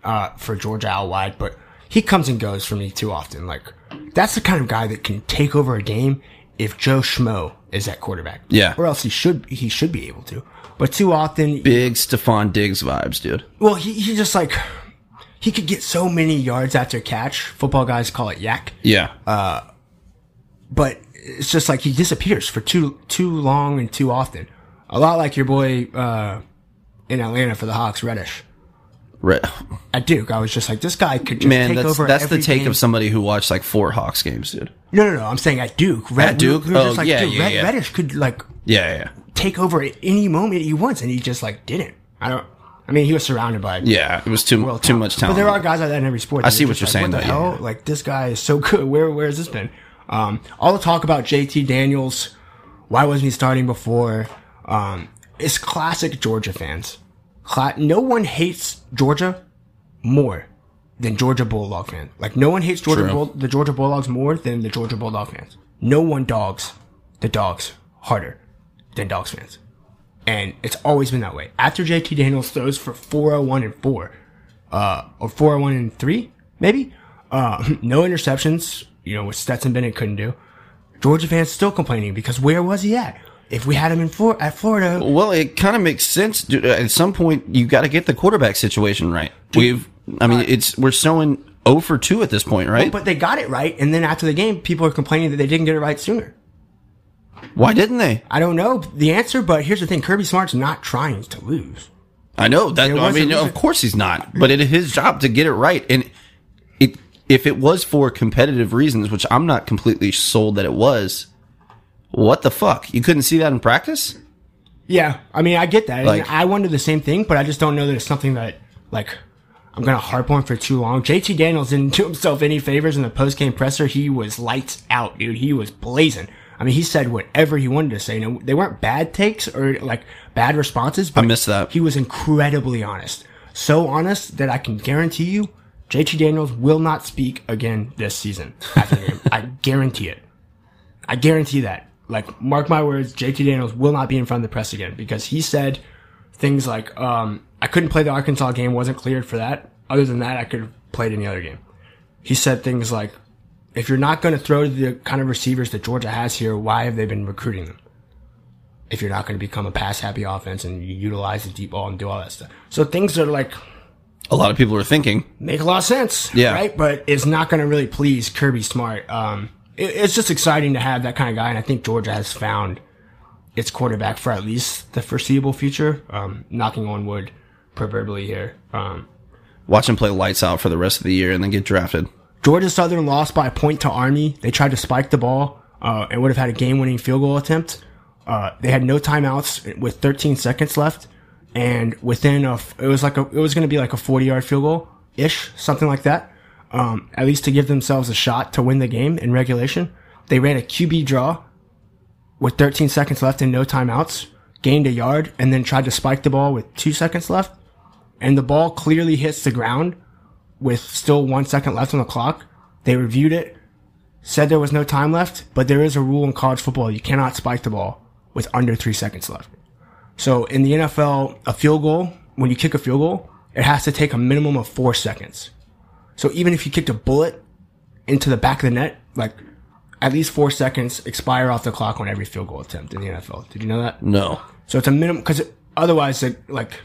uh, for Georgia out wide, but he comes and goes for me too often. Like that's the kind of guy that can take over a game if Joe Schmo is that quarterback.
Yeah.
or else he should he should be able to. But too often,
Big Stephon Diggs vibes, dude.
well, he, he just like he could get so many yards after catch. Football guys call it yak.
Yeah,
Uh, but it's just like he disappears for too too long and too often. A lot like your boy uh, in Atlanta for the Hawks, Reddish.
right.
At Duke, I was just like, this guy could just
Man,
take
that's
over.
that's the
every
take
game.
of somebody who watched like four Hawks games, dude.
No, no, no. I'm saying at Duke, Red,
At Duke?
we were just
Oh,
like,
yeah,
dude,
yeah,
Red,
yeah.
Reddish could like
Yeah, yeah, yeah.
take over at any moment he wants, and he just like didn't. I don't. I mean, he was surrounded by.
Yeah, it was too too much
But
talent.
there are guys like that in every sport. I
see what you're saying,
What the
though, yeah,
hell? Like this guy is so good. Where where has this been? Um, all the talk about JT Daniels. Why wasn't he starting before? Um, it's classic Georgia fans. Cla- no one hates Georgia more than Georgia Bulldog fans. Like no one hates Georgia
True.
Bull- the Georgia Bulldogs more than the Georgia Bulldog fans. No one dogs the dogs harder than dogs fans. And it's always been that way. After JT Daniels throws for 401 and 4, uh, or 401 and 3, maybe, uh, no interceptions, you know, what Stetson Bennett couldn't do. Georgia fans still complaining because where was he at? If we had him in Flor- at Florida,
Well, it kind of makes sense. dude. Uh, At some point, you got to get the quarterback situation right. We've, I
uh,
mean, it's we're showing 0 for 2 at this point, right?
but they got it right. And then after the game, people are complaining that they didn't get it right sooner.
Why didn't they?
I don't know the answer, but here's the thing Kirby Smart's not trying to lose.
I know that. I
was a
mean,
reason-
of course he's not, but it is his job to get it right. And it, if it was for competitive reasons, which I'm not completely sold that it was, what the fuck? You couldn't see that in practice?
Yeah, I mean, I get that. And
Like-
I wonder the same thing, but I just don't know that it's something that like I'm gonna harp on for too long. JT Daniels didn't do himself any favors in the post game presser. He was lights out, dude. He was blazing. I mean, he said whatever he wanted to say. No, they weren't bad takes or like bad responses. But
I missed that.
He was incredibly honest, so honest that I can guarantee you, JT Daniels will not speak again this season. After the game. I guarantee it. I guarantee that. Like, mark my words, JT Daniels will not be in front of the press again because he said things like, um, I couldn't play the Arkansas game, wasn't cleared for that. Other than that, I could have played any other game. he said things like, if you're not going to throw to the kind of receivers that Georgia has here, why have they been recruiting them? If you're not going to become a pass happy offense and you utilize the deep ball and do all that stuff. So things that are like,
A lot of people are thinking.
make a lot of sense.
Yeah.
Right. But it's not going to really please Kirby Smart. Um, it, it's just exciting to have that kind of guy. And I think Georgia has found its quarterback for at least the foreseeable future. Um, knocking on wood, proverbially here. Um,
Watch him play lights out for the rest of the year and then get drafted.
Georgia Southern lost by a point to Army. They tried to spike the ball uh, and would have had a game-winning field goal attempt. Uh, they had no timeouts with 13 seconds left, and within a, it was like a, it was going to be like a 40-yard field goal ish, something like that. Um, at least to give themselves a shot to win the game in regulation. They ran a QB draw with 13 seconds left and no timeouts, gained a yard, and then tried to spike the ball with two seconds left. And the ball clearly hits the ground with still one second left on the clock. They reviewed it, said there was no time left, but there is a rule in college football you cannot spike the ball with under three seconds left. So in the NFL, a field goal, when you kick a field goal, it has to take a minimum of four seconds. So even if you kicked a bullet into the back of the net, like at least four seconds expire off the clock on every field goal attempt in the NFL. Did you know that?
No.
So it's a minimum because otherwise, it, like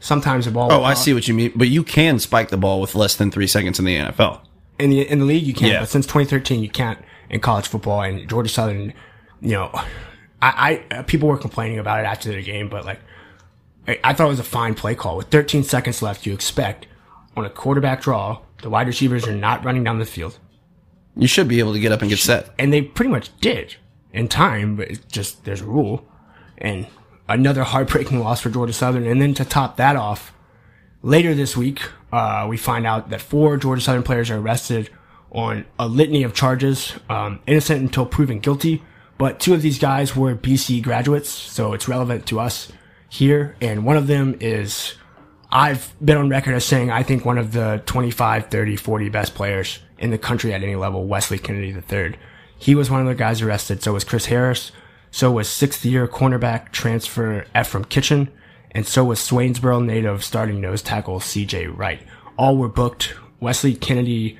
sometimes the ball.
Oh, I see what you mean. But you can spike the ball with less than three seconds in the NFL.
in the in the league you can,
Yeah.
not but since 2013 you can't in college football. And Georgia Southern, you know, I, I uh, people were complaining about it after the game, but like I, I thought it was a fine play call. With 13 seconds left, you expect on a quarterback draw, the wide receivers are not running down the field,
You should be able to get up and get set.
and they pretty much did in time. But it's just there's a rule, and another heartbreaking loss for Georgia Southern. And then to top that off. Later this week, uh, we find out that four Georgia Southern players are arrested on a litany of charges, um, innocent until proven guilty. But two of these guys were BC graduates, so it's relevant to us here. And one of them is, I've been on record as saying I think one of the 25, 30, 40 best players in the country at any level, Wesley Kennedy III. He was one of the guys arrested. So was Chris Harris. So was sixth year cornerback transfer Ephraim Kitchen and so was Swainsboro native starting nose tackle CJ Wright. All were booked. Wesley Kennedy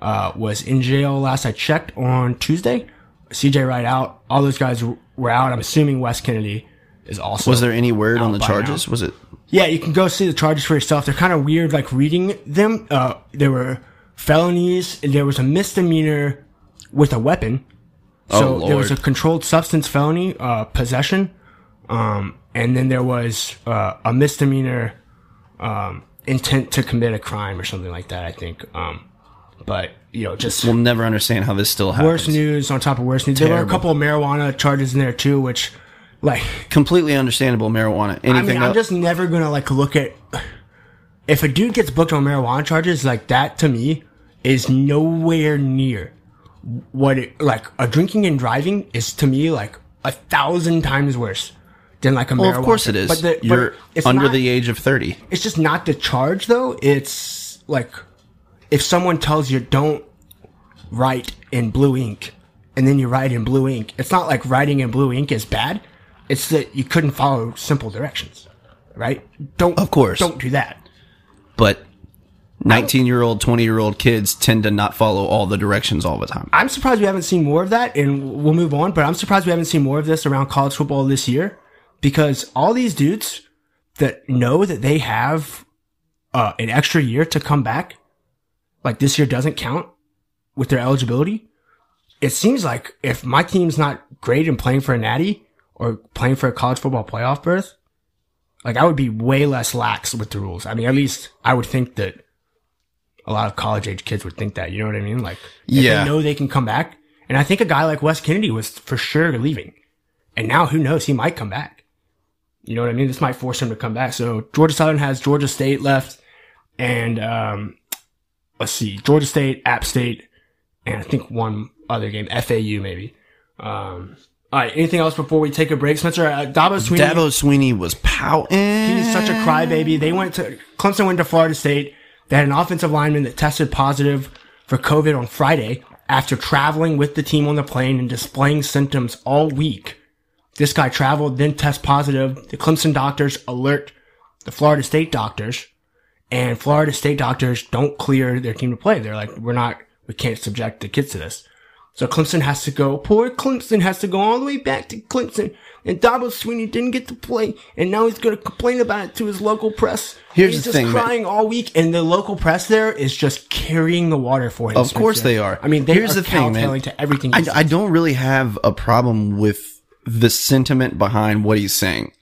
uh, was in jail last I checked on Tuesday. CJ Wright out. All those guys were out. I'm assuming Wes Kennedy is also.
Was there any word on the
by
charges? Was it?
Yeah, you can go see the charges for yourself. They're kind of weird, like reading them. Uh, there were felonies. There was a misdemeanor with a weapon. So
Oh,
there was a
Lord.
controlled substance felony, uh, possession. Um, and then there was uh, a misdemeanor um, intent to commit a crime or something like that, I think. Um, but, you know, just
We'll never understand how this still happens.
worse news on top of worse news. There were a
Terrible.
couple of marijuana charges in there, too, which, like,
Completely understandable marijuana. Anything
I mean, I'm
else?
just never gonna like look at if a dude gets booked on marijuana charges like that. To me, is nowhere near what it like a drinking and driving is to me like a thousand times worse than like a
well,
marijuana.
of course it is.
But the, but
You're
it's
under
not-
the age of 30.
It's just not the charge though. It's like if someone tells you don't write in blue ink, and then you write in blue ink. It's not like writing in blue ink is bad. It's that you couldn't follow simple directions, right? Don't
Of course.
don't do that.
But 19 year old, 20 year old kids tend to not follow all the directions all the time.
I'm surprised we haven't seen more of that, and we'll move on. But I'm surprised we haven't seen more of this around college football this year because all these dudes that know that they have uh, an extra year to come back, like this year doesn't count with their eligibility. It seems like if my team's not great in playing for a natty or playing for a college football playoff berth, like I would be way less lax with the rules. I mean, at least I would think that a lot of college age kids would think that. You know what I mean? Like, if
Yeah.
they know they can come back. And I think a guy like Wes Kennedy was for sure leaving. And now who knows? He might come back. You know what I mean? This might force him to come back. So Georgia Southern has Georgia State left and, um, let's see, Georgia State, App State, and I think one other game, FAU maybe. Um, all right. Anything else before we take a break, Spencer? Uh, Dabo Sweeney.
Dabo Sweeney was pouting.
He's such a crybaby. They went to Clemson went to Florida State. They had an offensive lineman that tested positive for COVID on Friday after traveling with the team on the plane and displaying symptoms all week. This guy traveled, then test positive. The Clemson doctors alert the Florida State doctors, and Florida state doctors don't clear their team to play. They're like, we're not, we can't subject the kids to this. So Clemson has to go, poor Clemson has to go all the way back to Clemson. And Dabo Sweeney didn't get to play, and now he's going to complain about it to his local press.
Here's
he's
the
just
thing, man.
crying all week, and the local press there is just carrying the water for him.
Of course
Spencer.
they are.
I mean, they
Here's
are
the thing, man.
cowtailing to everything.
I,
he's-
I don't really have a problem with the sentiment behind what he's saying.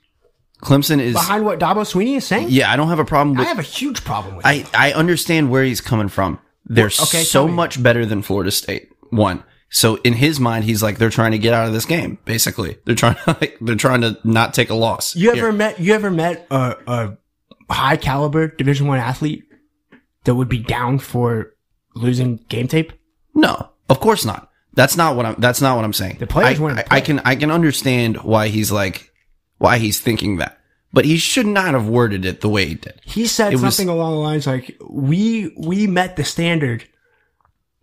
Clemson is.
behind what Dabo Sweeney is saying,
yeah, I don't have a problem
I
with.
have a huge problem with. it.
I, I understand where he's coming from. They're
okay, tell
so
me.
much better than Florida State. One. So in his mind, he's like, they're trying to get out of this game. Basically, they're trying to like, they're trying to not take a loss.
You
here.
ever met you ever met a, a high caliber Division One athlete that would be down for losing game tape?
No, of course not. That's not what I'm. That's not what I'm saying.
The players
I,
wanted to
I, I can. I can understand why he's like, why he's thinking that. But he should not have worded it the way he did.
He said
It was-
something along the lines like, "We we met the standard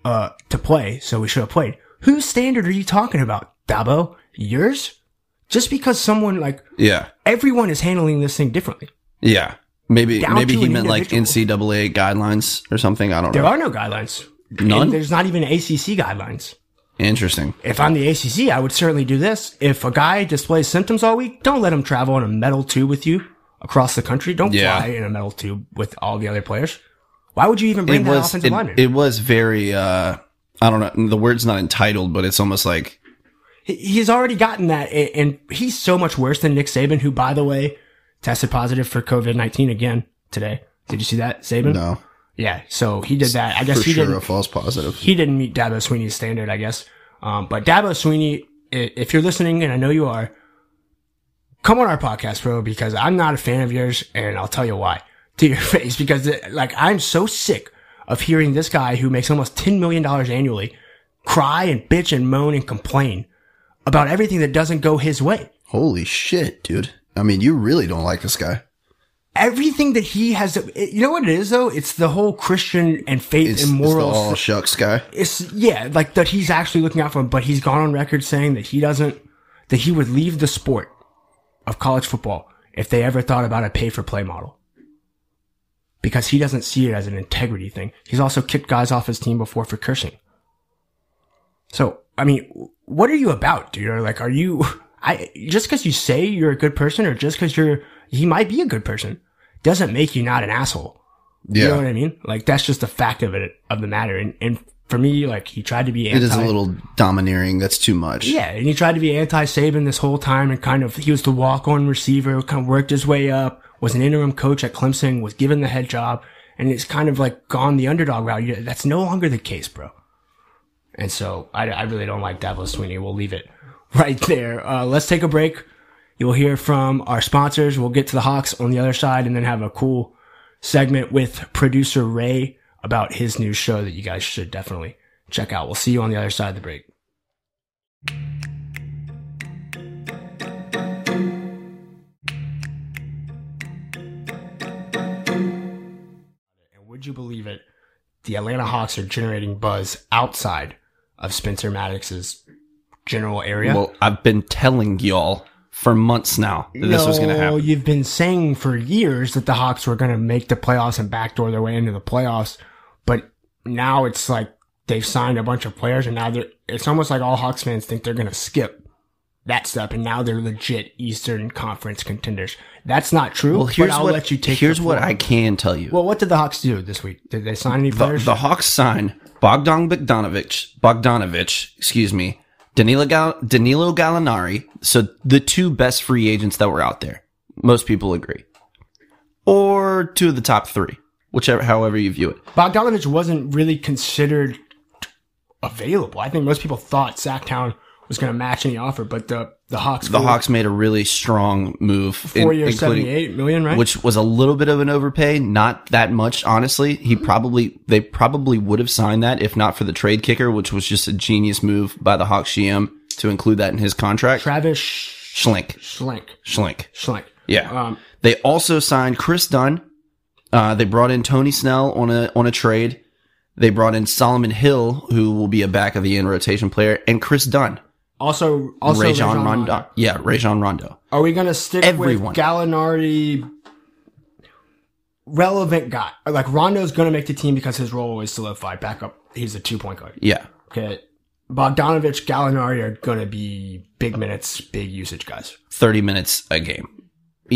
uh to play, so we should have played." Whose standard are you talking about, Dabo? Yours? Just because someone like
Yeah,
everyone is handling this thing differently.
yeah. Maybe
Down
maybe
to
he
an
meant like
individual.
NCAA guidelines or something. I don't
There
know.
are no guidelines. And
None?
there's not even ACC guidelines.
Interesting.
If I'm the ACC, I would certainly do this. If a guy displays symptoms all week, don't let him travel in a metal tube with you across the country. Don't
Yeah.
fly in a metal tube with all the other players. Why would you even bring
It
that
was
offensive lineman?
it, it was very. uh I don't know. The word's not entitled, but it's almost like
He- He's already gotten that, a- and he's so much worse than Nick Saban, who, by the way, tested positive for COVID nineteen again today. Did you see that, Saban?
no,
Yeah, so he did that. I guess
for
he
sure
didn't.
a false positive.
he didn't meet Dabo Sweeney's standard, I guess. Um, but Dabo Sweeney, i- if you're listening, and I know you are, come on our podcast, bro, because I'm not a fan of yours, and I'll tell you why to your face. Because uh, like I'm so sick of hearing this guy who makes almost ten million dollars annually cry and bitch and moan and complain about everything that doesn't go his way.
Holy shit, dude. I mean, you really don't like this guy.
Everything that he has, it- you know what it is though? It's the whole Christian and faith
It's,
and
it's the
morals
all shucks guy.
it's yeah, like that he's actually looking out for him, but he's gone on record saying that he doesn't that he would leave the sport of college football if they ever thought about a pay for play model. Because he doesn't see it as an integrity thing. He's also kicked guys off his team before for cursing. So, I mean, what are you about, dude? Or like, are you, I, just cause you say you're a good person or just cause you're, he might be a good person doesn't make you not an asshole. You know
Yeah.
what I mean? Like that's just the fact of it of the matter. And and for me, like he tried to be anti
It is a little domineering. That's too much.
Yeah, and he tried to be anti Saban this whole time and kind of he was the walk on receiver, kind of worked his way up, was an interim coach at Clemson, was given the head job, and it's kind of like gone the underdog route. You- That's no longer the case, bro. And so I, I really don't like Davos Sweeney. We'll leave it right there. Uh, let's take a break. You'll hear from our sponsors. We'll get to the Hawks on the other side and then have a cool segment with producer Ray about his new show that you guys should definitely check out. We'll see you on the other side of the break. And would you believe it? The Atlanta Hawks are generating buzz outside of Spencer Maddox's general area.
Well, I've been telling y'all for months now that this was going to
No,
happen.
You've been saying for years that the Hawks were going to make the playoffs and backdoor their way into the playoffs, but now it's like they've signed a bunch of players, and now they're. It's almost like all Hawks fans think they're going to skip that step, and now they're legit Eastern Conference contenders. That's not true.
Well, here's
but I'll
what
let you take.
here's
the
what
floor.
I can tell you.
Well, what did the Hawks do this week? Did they sign any
the,
players?
the Hawks sign Bogdan Bogdanovich, Bogdanovich, excuse me, Danilo, Gal- Danilo Gallinari. So the two best free agents that were out there. Most people agree. Or two of the top three, whichever, however you view it.
Bogdanovich wasn't really considered available. I think most people thought Sacktown was going to match any offer, but the the Hawks
The
fooled-
Hawks made a really strong move.
four
in-
years,
including-
seventy eight million, right?
which was a little bit of an overpay, not that much, honestly. He
Mm-hmm.
probably, they probably would have signed that if not for the trade kicker, which was just a genius move by the Hawks GM to include that in his contract.
Travis Sch-
Schlink,
Schlink,
Schlink.
Schlink.
Yeah.
Um,
They also signed Chris Dunn. Uh, they brought in Tony Snell on a on a trade. They brought in Solomon Hill, who will be a back of the end rotation player, and Chris Dunn,
also, also
Rajon
Rajon
Rondo.
Rondo.
Yeah, Rajon Rondo.
Are we going to stick
Everyone.
with Gallinari? relevant guy. Like Rondo's going to make the team because his role is solidified. Back up, he's a two point guard.
Yeah.
Okay. Bogdanovich, Gallinari are going to be big minutes, big usage guys.
30 minutes a game.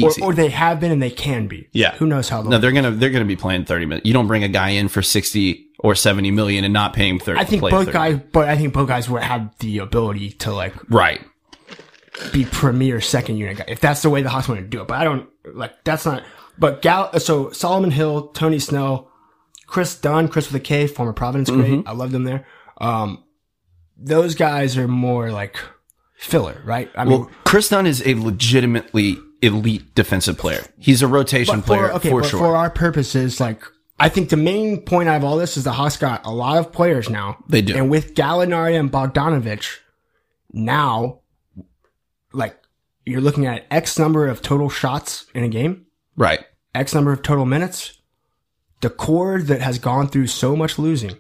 Or,
Easy.
or they have been and they can be.
Yeah.
Who knows how long.
no, they're going to they're going to be playing 30 minutes. You don't bring a guy in for 60 or 70 million and not pay him 30.
I think
play
both
30.
guys, but I think both guys would have the ability to like
Right.
be premier second unit guy if that's the way the Hawks want to do it. But I don't like that's not. But Gal, so Solomon Hill, Tony Snell, Chris Dunn, Chris with a K, former Providence great.
Mm-hmm.
I loved him there. Um, those guys are more like filler, right? I mean,
Well, Chris Dunn is a legitimately elite defensive player. He's a rotation
but
player
for, okay,
for
but
sure.
for our purposes, like I think the main point out of all this is the Hawks got a lot of players now.
They do.
and with Gallinari and Bogdanovich, now, like you're looking at X number of total shots in a game.
right.
X number of total minutes, the core that has gone through so much losing,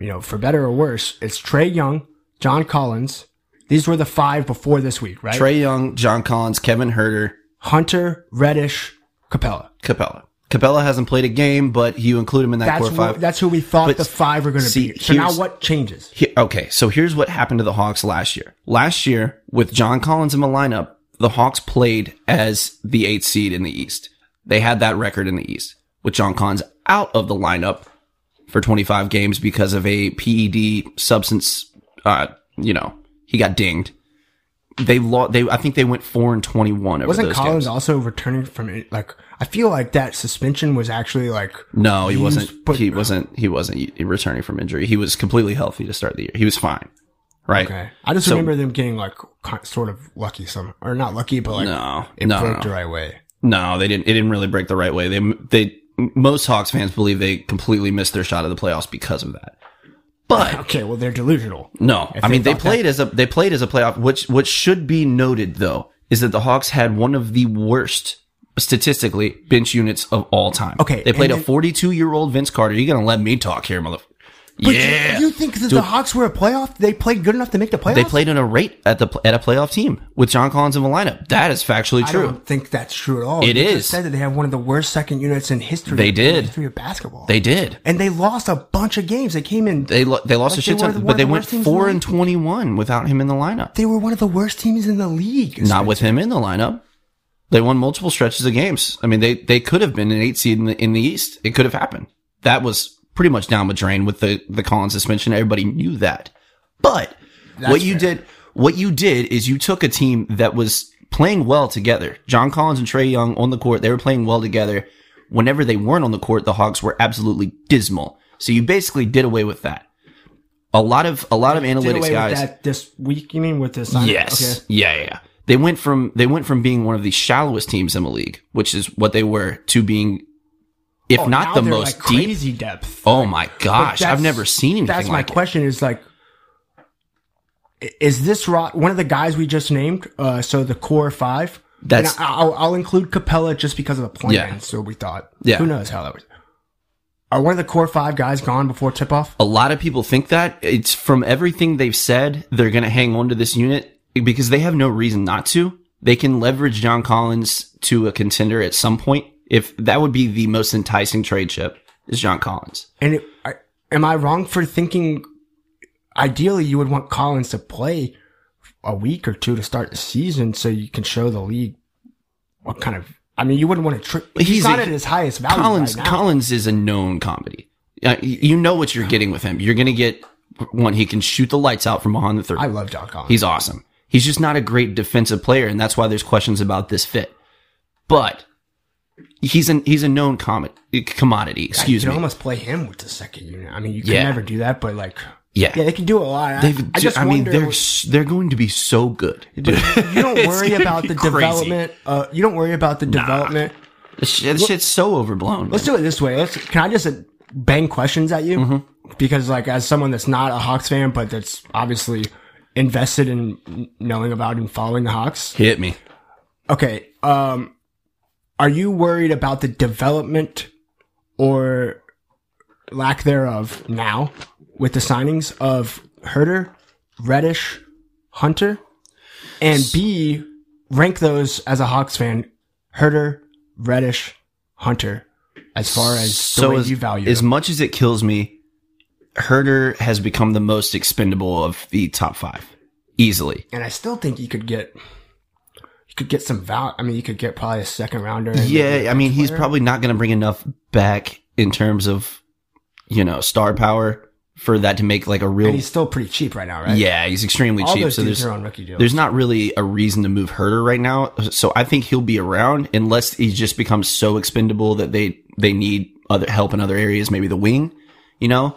you know, for better or worse, it's Trey Young, John Collins. These were the five before this week, right?
Trey Young, John Collins, Kevin Herter,
Hunter, Reddish, Capella.
Capella. Capella hasn't played a game, but you include him in that
That's
core
who,
five.
that's who we thought
But
the five were going to
see,
be. So now
here's-
what changes?
He- okay, so here's what happened to the Hawks last year. Last year, with John Collins in the lineup, the Hawks played as the eighth seed in the East. They had that record in the East. With John Collins out of the lineup for 25 games because of a PED substance, uh, you know, he got dinged. They lost. They I think they went four and 21 over
Wasn't
those
Collins
games.
also returning from it? Like, I feel like that suspension was actually like,
No, he wasn't.
but-
he wasn't. He wasn't returning from injury. He was completely healthy to start the year. He was fine. Right.
okay. I just remember them getting like ki- sort of lucky some, or not lucky, but like
No.
it
no,
broke
no.
the right way.
No, they didn't. It didn't really break the right way. They they most Hawks fans believe they completely missed their shot at the playoffs because of that. But
Okay, well they're delusional.
no, I mean
they
they
thought
played as a they played as a playoff. Which what should be noted though is that the Hawks had one of the worst statistically bench units of all time.
Okay,
they played
and then-
a 42 year old Vince Carter. You gonna let me talk here, motherfucker?
But
Yeah,
You, you think that the Hawks were a playoff? They played good enough to make the playoffs?
they played in a rate at the at a playoff team with John Collins in the lineup. That is factually
I
true.
don't think that's true at all.
It
You just
is.
said that they have one of the worst second units in history.
They
of
did.
history of basketball.
They did.
and they lost a bunch of games. They came in. They,
They lo- they lost a
Like,
shit
they were
ton,
the- one
but
of
they
the
went
worst teams in
four
the
and twenty one without him in the lineup.
were one of the worst teams in the league.
Not with him in the lineup. They won multiple stretches of games. I mean, they they could have been an eight seed in the in the East. It could have happened. That was pretty much down the drain with the the Collins suspension. Everybody knew that. But what you did what you did is you took a team that was playing well together. John Collins and Trey Young on the court, they were playing well together. Whenever they weren't on the court, the Hawks were absolutely dismal. So you basically did away with that. A lot of a lot of
Did
analytics
away
guys
with that this week. You mean with this?
Yes.
Okay.
Yeah, yeah, yeah. They went from they went from being one of the shallowest teams in the league, which is what they were, to being if
Oh, now
not the
they're,
most
like,
deep.
crazy depth.
Oh my gosh,
that's-
I've never seen anything
That's my
like it.
question. Is like, i- is this rot one of the guys we just named? Uh, so the core five.
That's-
and I- I'll, I'll include Capella just because of the plan.
Yeah.
So we thought.
Yeah.
Who knows how that was? Are one of the core five guys gone before tip off?
A lot of people think that it's from everything they've said. They're going to hang on to this unit because they have no reason not to. They can leverage John Collins to a contender at some point. If that would be the most enticing trade chip is John Collins.
And it, I, am I wrong for thinking? Ideally, you would want Collins to play a week or two to start the season, so you can show the league what kind of. I mean, you wouldn't want to trip. He's,
He's
not
a-
at his highest value.
Collins
right now.
Collins is a known comedy. Uh, y- you know what you're getting with him. You're going to get one. He can shoot the lights out from behind the three.
I love John Collins.
He's awesome. He's just not a great defensive player, and that's why there's questions about this fit. But he's an he's a known common commodity. Excuse
you
me.
can almost play him with the second unit. I mean, you can
Yeah.
never do that, but like,
yeah.
yeah, they can do a lot.
They've,
I, I just
I mean,
wonder.
they're s- they're going to be so good. Dude.
you don't worry
gonna
about
be
the
crazy.
development. Uh, you don't worry about the development.
This shit- this shit's so overblown.
Let's do it this way. Let's. Can I just uh, bang questions at you?
Mm-hmm.
Because like, as someone that's not a Hawks fan, but that's obviously invested in knowing about and following the Hawks.
Hit me.
Okay. Um, are you worried about the development or lack thereof now with the signings of Herder, Reddish, Hunter, and B rank those as a Hawks fan? Herder, Reddish, Hunter as far as the
so
way
as,
you value
as
him.
much as it kills me, Herder has become the most expendable of the top five easily.
and I still think you could get you could get some value. I mean, you could get probably a second rounder. and maybe
Yeah,
a
I mean, he's
player.
probably not going to bring enough back in terms of, you know, star power for that to make like a
and
real.
he's still pretty cheap right now, right?
Yeah, he's extremely
all
cheap.
those
So
dudes
there's
are on rookie deals.
there's not really a reason to move Herder right now. So I think he'll be around unless he just becomes so expendable that they they need other help in other areas, maybe the wing. You know,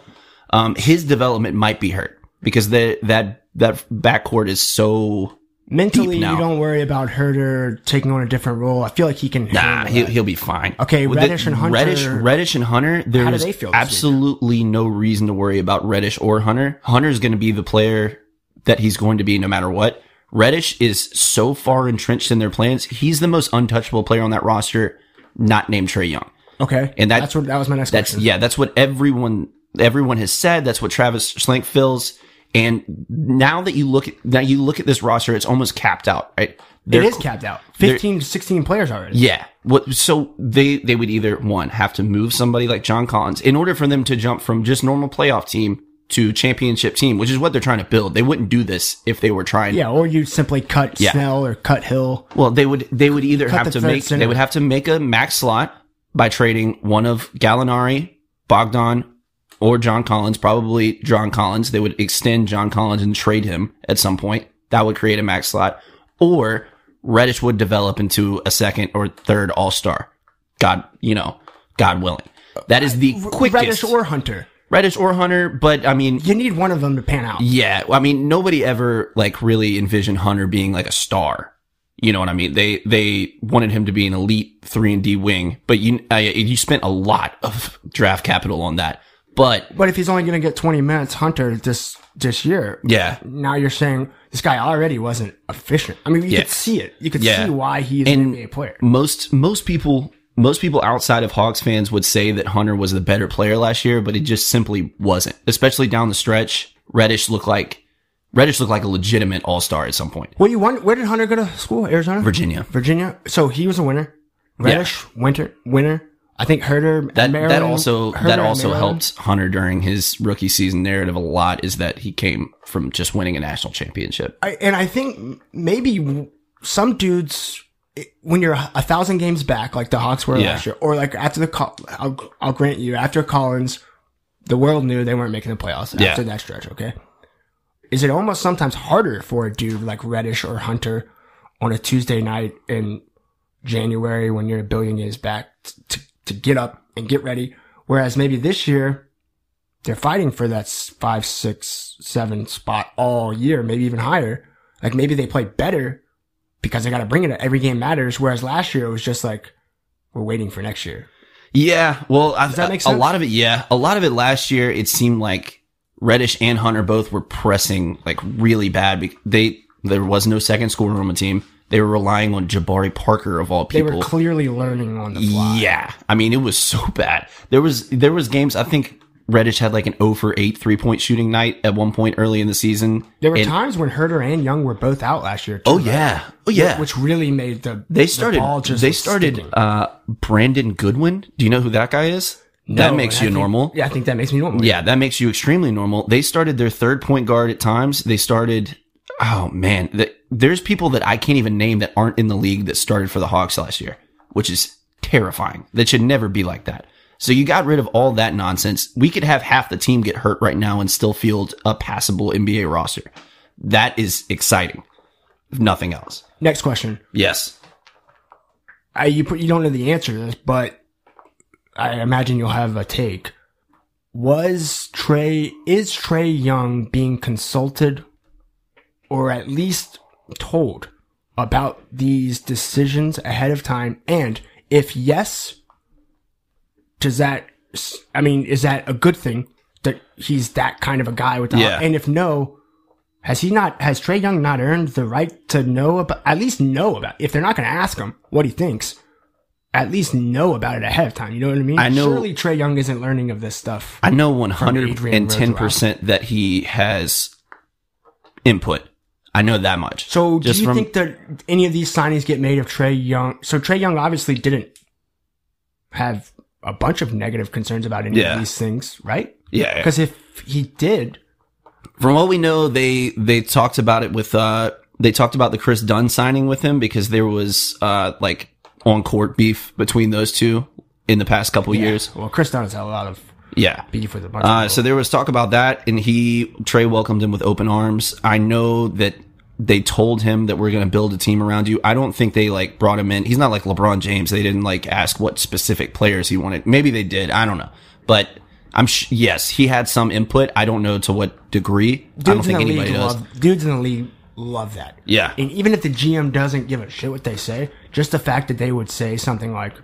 um, his development might be hurt because the, that that backcourt is so
Mentally,
deep
you
now.
don't worry about Herder taking on a different role. I feel like he can.
nah.
handle
He'll,
that.
he'll be fine.
Okay,
With
Reddish and Hunter-
Reddish, Reddish and Hunter. There's
they feel this
absolutely no reason to worry about Reddish or Hunter. Hunter's going to be the player that he's going to be no matter what. Reddish is so far entrenched in their plans. He's the most untouchable player on that roster, not named Trey Young.
okay,
and that-
that's what that was my next
That's
question.
yeah, that's what everyone everyone has said. That's what Travis Slank feels. And now that you look at now you look at this roster, it's almost capped out, right? They're
it is capped out. 15 to 16 players already.
yeah. What so they they would either one have to move somebody like John Collins in order for them to jump from just normal playoff team to championship team, which is what they're trying to build. They wouldn't do this if they were trying.
Yeah, or you simply cut
Yeah.
Snell or cut Hill.
Well, they would they would either
Cut
have
the
to
third
make
center.
they would have to make a max slot by trading one of Gallinari, Bogdan, or John Collins. Probably John Collins. They would extend John Collins and trade him at some point. That would create a max slot. Or Reddish would develop into a second or third All Star. God, you know, God willing. That is the quickest
Reddish or Hunter.
Reddish or Hunter. But I mean,
You need one of them to pan out.
yeah, I mean, nobody ever like really envisioned Hunter being like a star. You know what I mean? They they wanted him to be an elite three and D wing, but you uh, you spent a lot of draft capital on that. But
But if he's only going to get 20 minutes, Hunter, this this year,
yeah,
now you're saying this guy already wasn't efficient. I mean, you
Yeah.
could see it. You could
Yeah.
see why he's
And-
an NBA player.
most most people most people outside of Hawks fans would say that Hunter was the better player last year, but it just simply wasn't. Especially down the stretch, Reddish looked like Reddish looked like a legitimate All Star at some point.
Well, you won. Where did Hunter go to school? Arizona,
Virginia.
Virginia. So he was a winner. Reddish, winter, winner. I think Herder.
that
Maryland,
that also
Herter
that
and
also
Maryland.
helped Hunter during his rookie season narrative a lot is that he came from just winning a national championship.
I, and I think maybe some dudes, it- when you're a thousand games back, like the Hawks were
Yeah.
last year, or like after the Col- I'll, I'll grant you after Collins, the world knew they weren't making the playoffs
Yeah.
after that stretch. Okay, is it almost sometimes harder for a dude like Reddish or Hunter on a Tuesday night in January when you're a billion years back t- to to get up and get ready? Whereas maybe this year they're fighting for that s- five, six, seven spot all year, maybe even higher. Like maybe they play better because they got to bring it. Every game matters. Whereas last year it was just like we're waiting for next year.
Yeah, well, I,
Does that make
a
sense?
lot of it. Yeah, a lot of it last year. It seemed like Reddish and Hunter both were pressing like really bad. bec- They there was no second scorer on the team. They were relying on Jabari Parker of all
They
people.
were clearly learning on the fly.
Yeah. I mean, it was so bad. There was there was games I think Reddish had like an 0 for 8 three-point shooting night at one point early in the season.
There were
And-
times when Herder and Young were both out last year. Too,
Oh
right?
yeah. Oh yeah.
which really made the
they
the
started
ball just
they
was
started
sticking.
uh Brandon Goodwin. Do you know who that guy is?
No,
that
and
makes
I
you
think-
normal.
Yeah, I think that makes me normal.
Yeah, that makes you extremely normal. They started their third point guard at times. They started oh man, th- there's people that I can't even name that aren't in the league that started for the Hawks last year, which is terrifying. That should never be like that. So you got rid of all that nonsense. We could have half the team get hurt right now and still field a passable NBA roster. That is exciting. If nothing else.
Next question.
Yes.
I, you put, you don't know the answer to this, but I imagine you'll have a take. Was Trey is Trey Young being consulted, or at least told about these decisions ahead of time? And if yes, does that s- I mean is that a good thing that he's that kind of a guy with the
Yeah.
and if no. Has he not? Has Trey Young not earned the right to know about? At least know about. If they're not going to ask him what he thinks, at least know about it ahead of time. You know what I mean?
I know-
Surely Trey Young isn't learning of this stuff.
I know one
From
hundred
Adrian
and ten
Rojava.
percent that he has input. I know that much.
So, do
Just
you
from-
think that any of these signings get made of Trey Young? So Trey Young obviously didn't have a bunch of negative concerns about any
Yeah.
of these things, right?
Yeah, yeah.
Because if he did,
From what we know, they they talked about it with uh they talked about the Chris Dunn signing with him because there was uh like on court beef between those two in the past couple years.
well, Chris Dunn has had a lot of
Yeah.
beef with a bunch.
Uh,
of
so there was talk about that, and he Trey welcomed him with open arms. I know that they told him that we're going to build a team around you. I don't think they like brought him in. He's not like LeBron James. They didn't like ask what specific players he wanted. Maybe they did. I don't know, but I'm sh- yes, he had some input. I don't know to what degree. I don't think
in the
anybody
league
does.
Love, dudes in the league love that.
Yeah.
And even if the GM doesn't give a shit what they say, just the fact that they would say something like,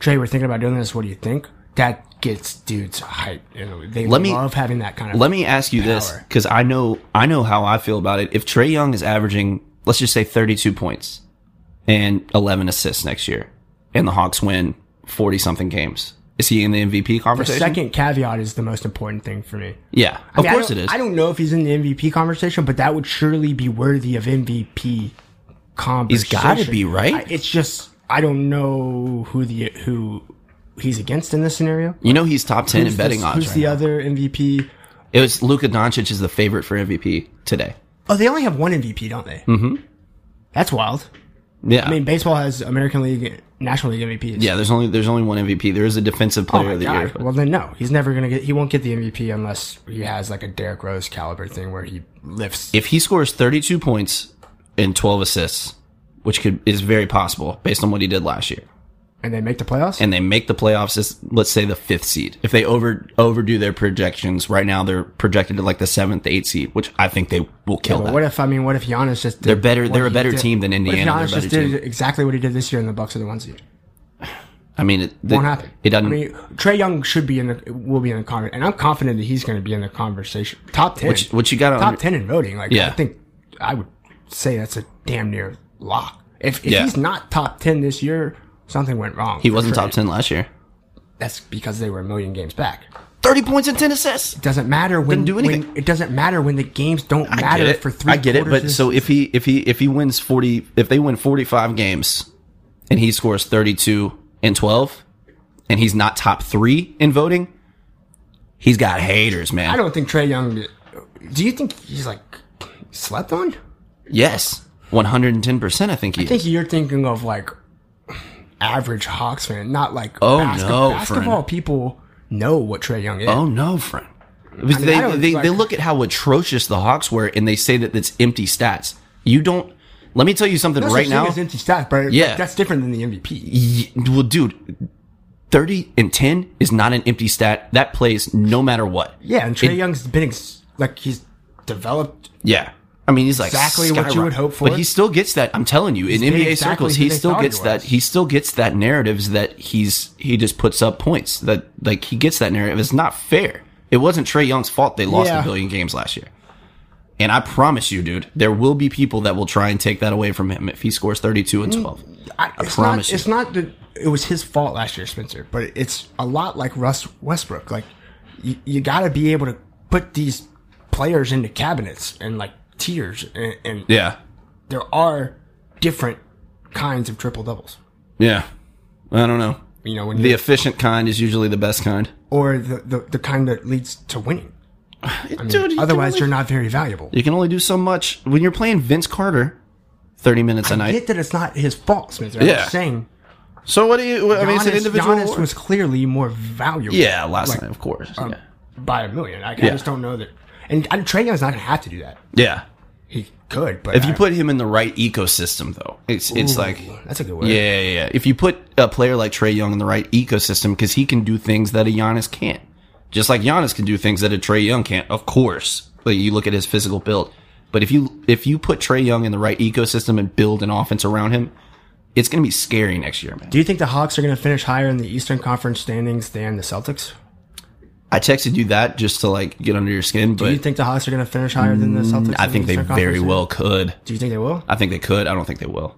Trey, we're thinking about doing this. What do you think? That gets dudes hyped. You know, they
Let me-
love having that kind of.
Let me ask you this
Power.
because I know I know how I feel about it. If Trey Young is averaging, let's just say 32 points and 11 assists next year, and the Hawks win 40 something games, is he in the MVP
the
conversation?
second caveat is the most important thing for me.
yeah,
I
of
mean, I
course it
don't-
is.
I don't know if he's in the MVP conversation, but that would surely be worthy of MVP conversation.
gotta be, right?
I- it's just I don't know who the who he's against in this scenario.
you know he's top 10 in betting
this-
odds.
Who's
Right
the
now.
other MVP?
It was Luka Doncic is the favorite for MVP today.
Oh, they only have one MVP, don't they? Mm-hmm. That's wild.
Yeah,
I mean, baseball has American League, National League MVPs.
yeah. There's only there's only one MVP. There is a defensive
Oh
player
my
of the
God.
year. but-
Well, then no, he's never gonna get. He won't get the MVP unless he has like a Derrick Rose caliber thing where he lifts.
if he scores 32 points and 12 assists, which could is very possible based on what he did last year.
and they make the playoffs.
and they make the playoffs as let's say the fifth seed. If they over overdo their projections right now, they're projected to like the seventh, eighth seed, which I think they will kill
But
that.
what if I mean, what if Giannis just? Did
They're better-
what
they're a
he
better
did-
team than Indiana,
What
they're a
if Giannis just
better
did exactly what he did this year, and the Bucks are the one seed.
I mean, it,
Won't happen.
it doesn't.
I mean, Trey Young should be in the will be in the conversation, and I'm confident that he's going to be in the conversation. Top ten.
what, you, what you got on?
top ten in voting. Like
Um, Yeah.
I think I would say that's a damn near lock. If, if
Yeah.
he's not top ten this year, something went wrong.
He wasn't top ten last year.
That's because they were a million games back.
Thirty points and ten assists.
It doesn't matter when,
Didn't do anything.
when- it doesn't matter when the games don't matter for three.
I get it.
quarters
But
of-
so if he if he if he wins forty, if they win forty five games, and he scores thirty two and twelve, and he's not top three in voting, he's got haters, man.
I don't think Trey Young. Do you think he's like slept on?
yes, one hundred and ten percent. I think he
I
is.
think you're thinking of like average Hawks fan, not like
Oh,
basket-
no, friend.
basketball people know what Trey Young is.
Oh no, friend. It was-
I mean, I
they,
don't-
they,
like-
they look at how atrocious the Hawks were, and they say that it's empty stats. You don't. Let me tell you something
No such
right
thing
now.
as empty stats, but
Yeah.
that's different than the MVP.
Y- well, dude, thirty and ten is not an empty stat. That plays no matter what.
Yeah, and Trey Young's been ex- like he's developed.
Yeah. I mean, he's like
Exactly what you
skyrocket-
would hope for.
but he still gets that. I'm telling you, in
been
NBA
exactly
circles,
who
he
they
still
thought he
gets that.
was.
He still gets that narratives that he's he just puts up points. That like he gets that narrative. It's not fair. It wasn't Trey Young's fault they lost
Yeah.
a billion games last year. And I promise you, dude, there will be people that will try and take that away from him if he scores 32 and 12.
I,
I
it's not,
promise you.
It's not that it was his fault last year, Spencer, but it's a lot like Russ Westbrook. Like you, you got to be able to put these players into cabinets and like tiers, and, and
Yeah.
there are different kinds of triple doubles.
Yeah. I don't know.
You know, when
The
you
efficient kind is usually the best kind.
or the, the the kind that leads to winning.
dude, you
Otherwise,
can only-
you're not very valuable.
you can only do so much when you're playing Vince Carter 30 minutes a
I
night.
get that it's not his fault, Spencer. I'm
Yeah.
just saying
So what do you? I mean, it's an
Giannis-
individual.
Giannis
award.
was clearly more valuable.
yeah, last
like,
night, of course.
um,
yeah.
by a million. Like,
Yeah.
I just don't know that. And, and Trey Young's not going to have to do that.
yeah.
He could, but
If you
I-
put him in the right ecosystem, though, it's it's like yeah,
Ooh, that's a good word.
yeah, yeah. If you put a player like Trey Young in the right ecosystem, because he can do things that a Giannis can't, just like Giannis can do things that a Trey Young can't. Of course, like you look at his physical build. But if you if you put Trey Young in the right ecosystem and build an offense around him, it's going to be scary next year, man.
Do you think the Hawks are going to finish higher in the Eastern Conference standings than the Celtics?
I texted you that just to like get under your skin,
Do you
but
think the Hawks are going to finish higher than the Celtics?
Mm, I
in the
think they
Eastern
very
Conference?
well could.
Do you think they will?
I think they could. I don't think they will.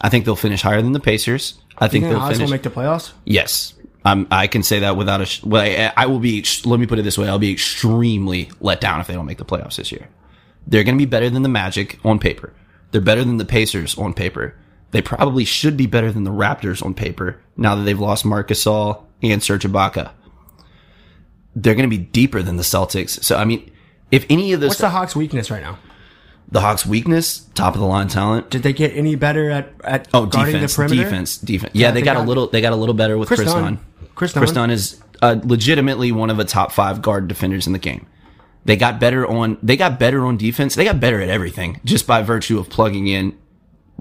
I think they'll finish higher than the Pacers. I
Do you think
think
the
they'll
Hawks will
finish.
make the playoffs?
yes, I'm, I can say that without a. Sh- well, I, I will be. ex- Let me put it this way: I'll be extremely let down if they don't make the playoffs this year. They're going to be better than the Magic on paper. They're better than the Pacers on paper. They probably should be better than the Raptors on paper now that they've lost Marc Gasol and Serge Ibaka. They're going to be deeper than the Celtics. So I mean, if any of those
What's the Hawks' weakness right now?
the Hawks' weakness, top of the line talent,
Did they get any better at at
Oh,
guarding
defense,
the perimeter?
defense, defense. Yeah, they,
they
got, a
got-
little. They got a little better with Chris,
Chris Dunn.
Dunn.
Chris Dunn.
Chris Dunn is uh, legitimately one of the top five guard defenders in the game. They got better on. They got better on defense. They got better at everything just by virtue of plugging in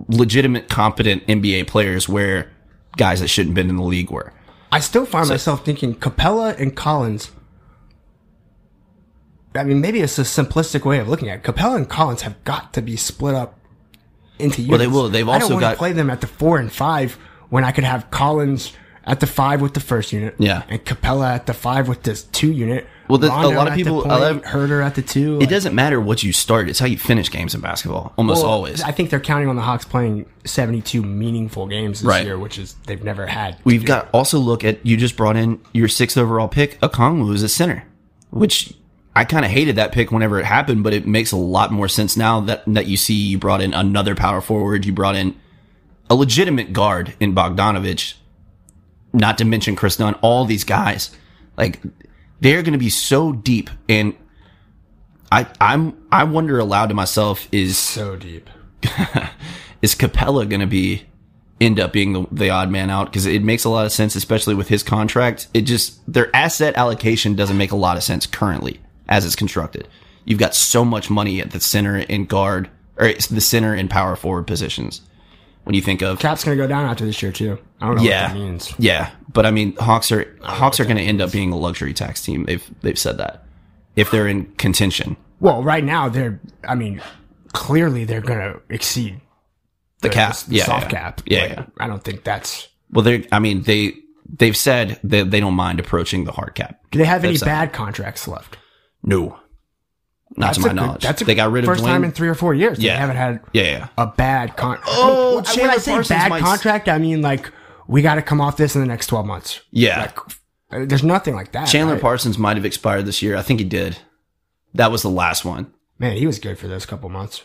legitimate, competent NBA players where guys that shouldn't been in the league were.
I still find myself thinking Capella and Collins. I mean, maybe it's a simplistic way of looking at it. Capella and Collins have got to be split up into units.
they will. They've
I don't
also
wanna
got-
play them at the four and five when I could have Collins at the five with the first unit,
Yeah.
and Capella at the five with this two unit.
Well, the- a
Rondo
lot of
at the
people- a
point,
lot of-
Herder at the two.
It doesn't matter what you start; it's how you finish games in basketball. Almost always.
I think they're counting on the Hawks playing seventy-two meaningful games this
Right.
year, which is they've never had.
We've got also look at you just brought in your sixth overall pick, Okongwu as a center, which I kind of hated that pick whenever it happened, but it makes a lot more sense now that that you see you brought in another power forward, you brought in a legitimate guard in Bogdanovich, not to mention Chris Dunn, all these guys, like they're going to be so deep, and I I'm I wonder aloud to myself is
so deep.
is Capella going to be end up being the, the odd man out? Because it makes a lot of sense, especially with his contract. It just their asset allocation doesn't make a lot of sense currently as it's constructed. You've got so much money at the center and guard, or it's the center and power forward positions. When you think of
Cap's gonna go down after this year too. I don't know
yeah,
what that means.
yeah, but I mean Hawks are Hawks are going to end up being a luxury tax team. They've they've said that if they're in contention,
Well, right now they're. I mean, clearly they're gonna exceed
the cap,
the
yeah,
soft
yeah.
cap.
yeah,
Like,
yeah.
I don't think that's.
Well, they I mean they they've said that they don't mind approaching the hard cap.
Do they have any
That's not-
bad contracts left?
No, not
That's
to my
a good-
knowledge.
That's a
they got rid of
first
Dwayne.
time in three or four years.
Yeah.
They haven't had
yeah, yeah.
a bad contract.
Oh,
when,
Chandler
I say
Parsons
bad
might-
contract, I mean like we got to come off this in the next twelve months.
Yeah.
Like, uh, there's nothing like that.
Chandler
right?
Parsons might have expired this year. I think he did. That was the last one.
man, he was good for those couple months.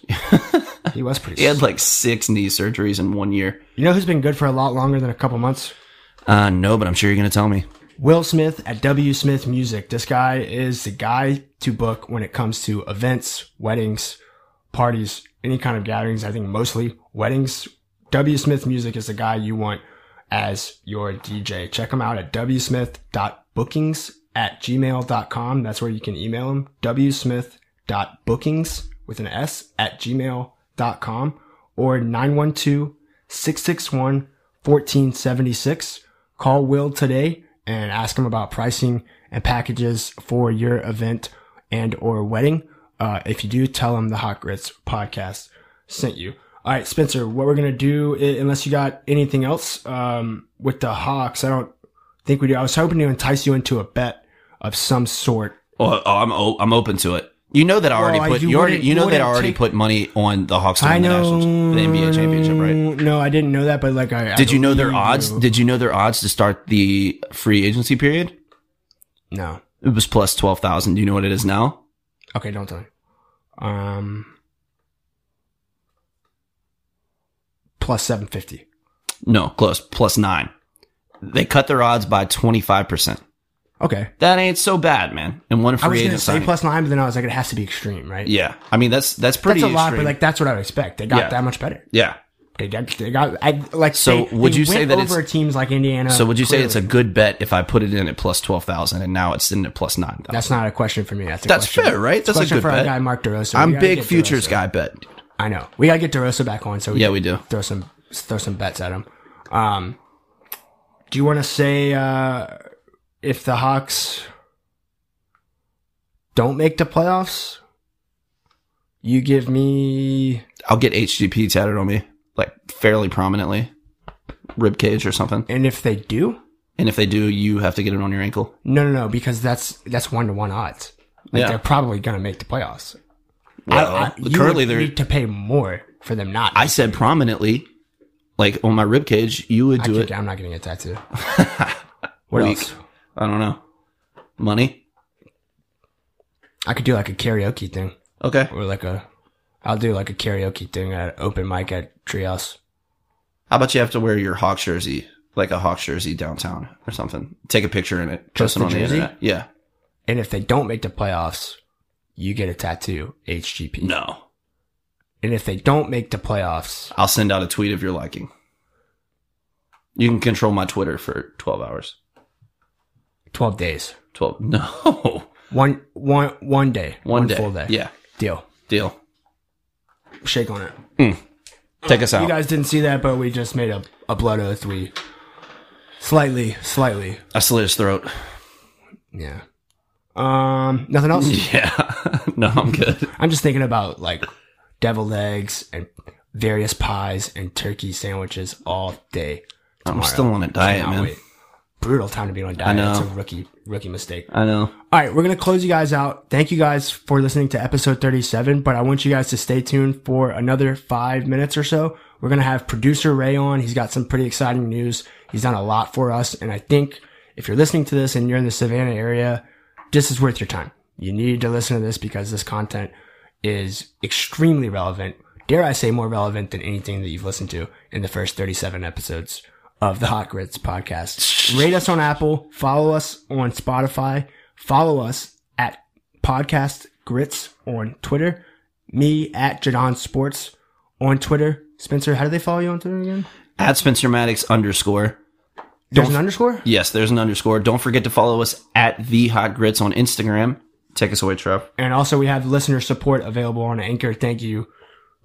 he was pretty.
He had
Yeah.
like six knee surgeries in one year.
You know who's been good for a lot longer than a couple months?
Uh, no, but I'm sure you're going to tell me.
Will Smith at W Smith Music. This guy is the guy to book when it comes to events, weddings, parties, any kind of gatherings. I think mostly weddings. W Smith Music is the guy you want as your DJ. Check him out at wsmith.bookings at gmail.com. That's where you can email him. wsmith.bookings with an S at gmail.com or 912 661 1476. Call Will today and ask him about pricing and packages for your event and or wedding. Uh, if you do, tell him the Hot Grits podcast sent you. All right, Spencer, what we're going to do, i- unless you got anything else um, with the Hawks, I don't think we do. I was hoping to entice you into a bet of some sort.
Oh, oh, I'm o- I'm open to it. You know that I already
Well, I-
put
you
you, already
wouldn't-
you
you
know that I
wouldn't
already
take-
put money on the Hawks to
I
win the,
know.
national, the NBA championship, right?
No, I didn't know that, but like I. I
Did you know their
believe
odds?
you.
Did you know their odds to start the free agency period?
no.
It was plus twelve thousand. Do you know what it is now?
Okay, don't tell me. Um, plus seven fifty.
No, close. Plus nine. They cut their odds by twenty five percent.
Okay,
That ain't so bad, man. And one
I was
free
gonna
agent
say
signing.
plus nine, but then I was like, it has to be extreme, right?
yeah, I mean that's that's pretty.
that's a lot, but
extreme.
like that's what I would expect. They got
Yeah.
that much better.
yeah.
They, got- they got I, like.
So
they-
would
they
you say
went
that it's-
over teams like Indiana?
So would you say it's a
uh, clearly.
good bet if I put it in at plus twelve thousand and now it's in at plus nine thousand?
That's not a question for me. That's a
That's
question.
fair, right?
It's
That's a
question
good
for
bet.
our guy Mark DeRosa. We
I'm
gotta
big
get
futures
DeRosa.
guy bet.
I know. We gotta get DeRosa back on. So we
Yeah,
can
we do.
throw some throw some bets at him. Um, do you want to say uh, if the Hawks don't make the playoffs, you give me
I'll get HGP tatted on me like fairly prominently, rib cage or something.
and if they do,
And if they do, you have to get it on your ankle.
no, no, no, because that's that's one to one odds. Like,
Yeah.
They're probably gonna make the playoffs.
Well,
you
currently
would
they're.
need to pay more for them not.
I said prominently, like on my rib cage, you would
I
do it.
am not getting a tattoo. what
Weak.
else?
I don't know, money.
I could do like a karaoke thing.
Okay.
or like a I'll do like a karaoke thing at open mic at Treehouse.
How about you have to wear your Hawks jersey, like a Hawks jersey downtown or something? Take a picture in it,
Just
post it
the
on the
jersey?
internet. Yeah.
And if they don't make the playoffs, you get a tattoo, HGP.
No.
And if they don't make the playoffs,
I'll send out a tweet of your liking. You can control my Twitter for 12 hours.
12 days.
12. No.
One, one, one day.
One, day.
full day.
Yeah.
Deal.
Deal.
Shake on it.
Take us out.
You guys didn't see that, but we just made a, a blood oath. We slightly, slightly.
I slit his throat.
Yeah. Um, nothing else?
Yeah. no, I'm good.
I'm just thinking about like deviled eggs and various pies and turkey sandwiches all day.
I'm still on a diet,
Cannot
man.
wait. Brutal time to be on a diet.
know.
It's a rookie rookie mistake.
I know.
All right, we're gonna close you guys out. Thank you guys for listening to episode 37. But I want you guys to stay tuned for another five minutes or so. We're gonna have producer Ray on. He's got some pretty exciting news. He's done a lot for us, and I think if you're listening to this and you're in the Savannah area, this is worth your time. You need to listen to this because this content is extremely relevant. Dare I say more relevant than anything that you've listened to in the first 37 episodes of the Hot Grits podcast. Rate us on Apple. Follow us on Spotify. Follow us at podcast grits on Twitter. Me at Jadon Sports on Twitter. Spencer, how do they follow you on Twitter again?
At Spencer Maddox underscore.
There's an underscore?
Yes, there's an underscore. Don't forget to follow us at the Hot Grits on Instagram. Take us away, Trev.
And also, we have listener support available on Anchor. Thank you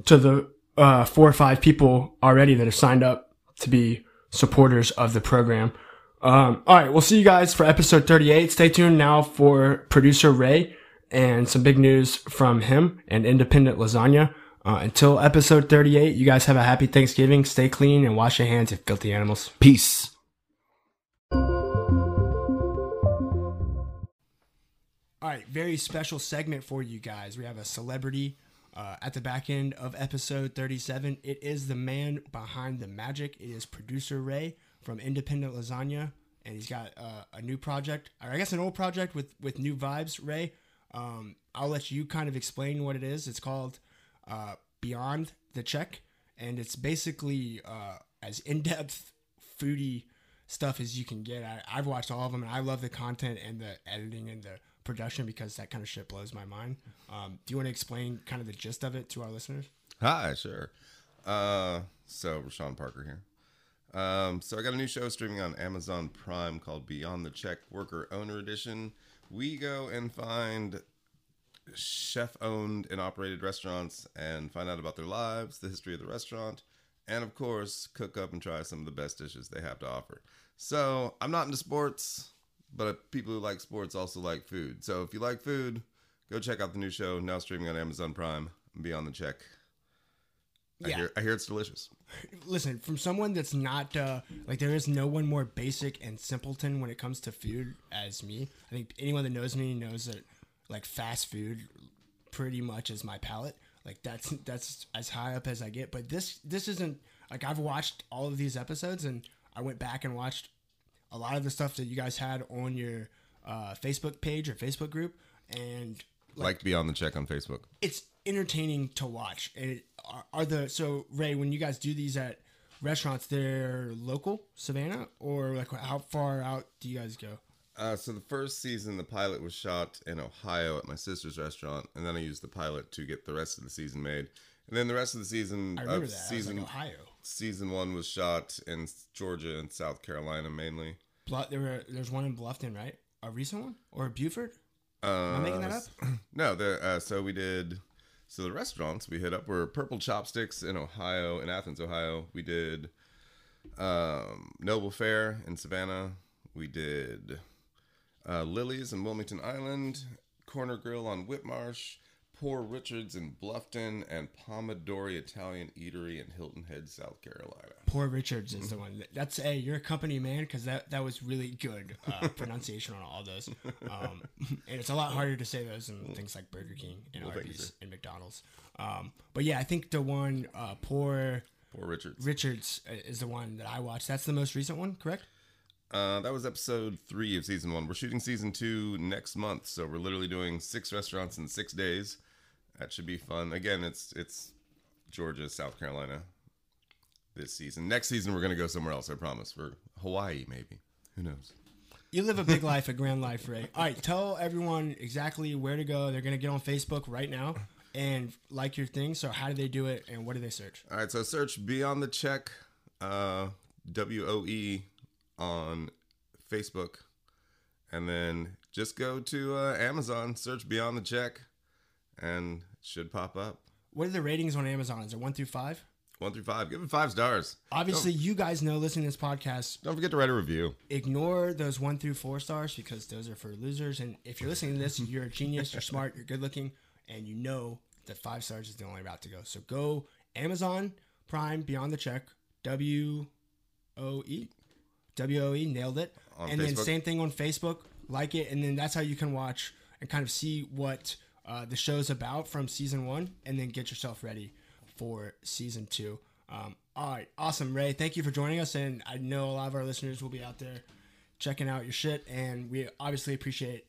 to the uh, four or five people already that have signed up to be supporters of the program. Um, all right, we'll see you guys for episode 38. Stay tuned now for producer Ray and some big news from him and independent lasagna. Uh, until episode 38, you guys have a happy Thanksgiving. Stay clean and wash your hands, you filthy animals.
Peace.
All right, very special segment for you guys. We have a celebrity uh, at the back end of episode 37. It is the man behind the magic. It is producer Ray from Independent Lasagna, and he's got uh, a new project, or I guess an old project with with new vibes. Ray, um, I'll let you kind of explain what it is. It's called uh, Beyond the Check, and it's basically uh, as in depth foodie stuff as you can get. I, I've watched all of them, and I love the content and the editing and the production because that kind of shit blows my mind. Um, do you want to explain kind of the gist of it to our listeners?
Hi, sure. Uh, so Rashawn Parker here. Um, so I got a new show streaming on Amazon Prime called Beyond the Check Worker Owner Edition. We go and find chef-owned and operated restaurants and find out about their lives, the history of the restaurant, and of course, cook up and try some of the best dishes they have to offer. So I'm not into sports, but people who like sports also like food. So if you like food, go check out the new show now streaming on Amazon Prime. Beyond the Check. I
Yeah.
hear, I hear it's delicious.
Listen, from someone that's not uh, like there is no one more basic and simpleton when it comes to food as me. I think anyone that knows me knows that like fast food pretty much is my palate. Like that's that's as high up as I get. But this this isn't like I've watched all of these episodes and I went back and watched a lot of the stuff that you guys had on your uh, Facebook page or Facebook group and
Like, Beyond the Check on Facebook.
it's entertaining to watch. And it, are, are the so Ray when you guys do these at restaurants, they're local Savannah or like how far out do you guys go?
Uh, so the first season, the pilot was shot in Ohio at my sister's restaurant, and then I used the pilot to get the rest of the season made. And then the rest of the season,
I
of
remember that I was
season
like "Oh, Ohio.
season one was shot in Georgia and South Carolina mainly.
Bluff, there were, there's one in Bluffton, right? A recent one or Buford?
Uh, Am
I making that up?
No, the uh, so we did. So the restaurants we hit up were Purple Chopsticks in Ohio, in Athens, Ohio. We did um, Noble Fair in Savannah. We did uh, Lily's in Wilmington Island, Corner Grill on Whitmarsh, Poor Richards in Bluffton, and Pomodori Italian Eatery in Hilton Head, South Carolina.
Poor Richards
Mm-hmm.
is the one. that- That's hey, you're a company man because that that was really good uh, pronunciation on all those. Um, and it's a lot harder to say those than things like Burger King and
thank you,
Arby's
sir.
and McDonald's. Um, but yeah, I think the one uh, poor
Poor Richards.
Richards uh, is the one that I watched. That's the most recent one, correct?
Uh, that was episode three of season one. We're shooting season two next month, so we're literally doing six restaurants in six days. That should be fun. Again, it's it's Georgia, South Carolina, this season. Next season, we're gonna go somewhere else. I promise. We're Hawaii, maybe. Who knows?
You live a big life, a grand life, Ray. All right, tell everyone exactly where to go. They're going to get on Facebook right now and like your thing. So, how do they do it and what do they search?
All right, so search Beyond the Check, uh, W O E on Facebook, and then just go to uh, Amazon, search Beyond the Check, and it should pop up.
What are the ratings on Amazon? Is it one through five?
One through five, give it five stars.
Obviously, you guys know listening to this podcast,
Don't forget to write a review.
ignore those one through four stars because those are for losers. And if you're listening to this, you're a genius, you're smart, you're good looking, and you know that five stars is the only route to go. So go Amazon Prime Beyond the Check W O E W O E nailed it.
On
and then
Facebook.
same thing on Facebook, like it, and then that's how you can watch and kind of see what uh, the show's about from season one, and then get yourself ready for season two. Um, all right, awesome, Ray. Thank you for joining us, and I know a lot of our listeners will be out there checking out your shit, and we obviously appreciate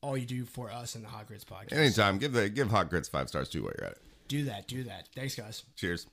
all you do for us in the Hot Grits podcast.
Anytime, give the give Hot Grits five stars too while you're at it.
Do that, do that. Thanks, guys.
Cheers.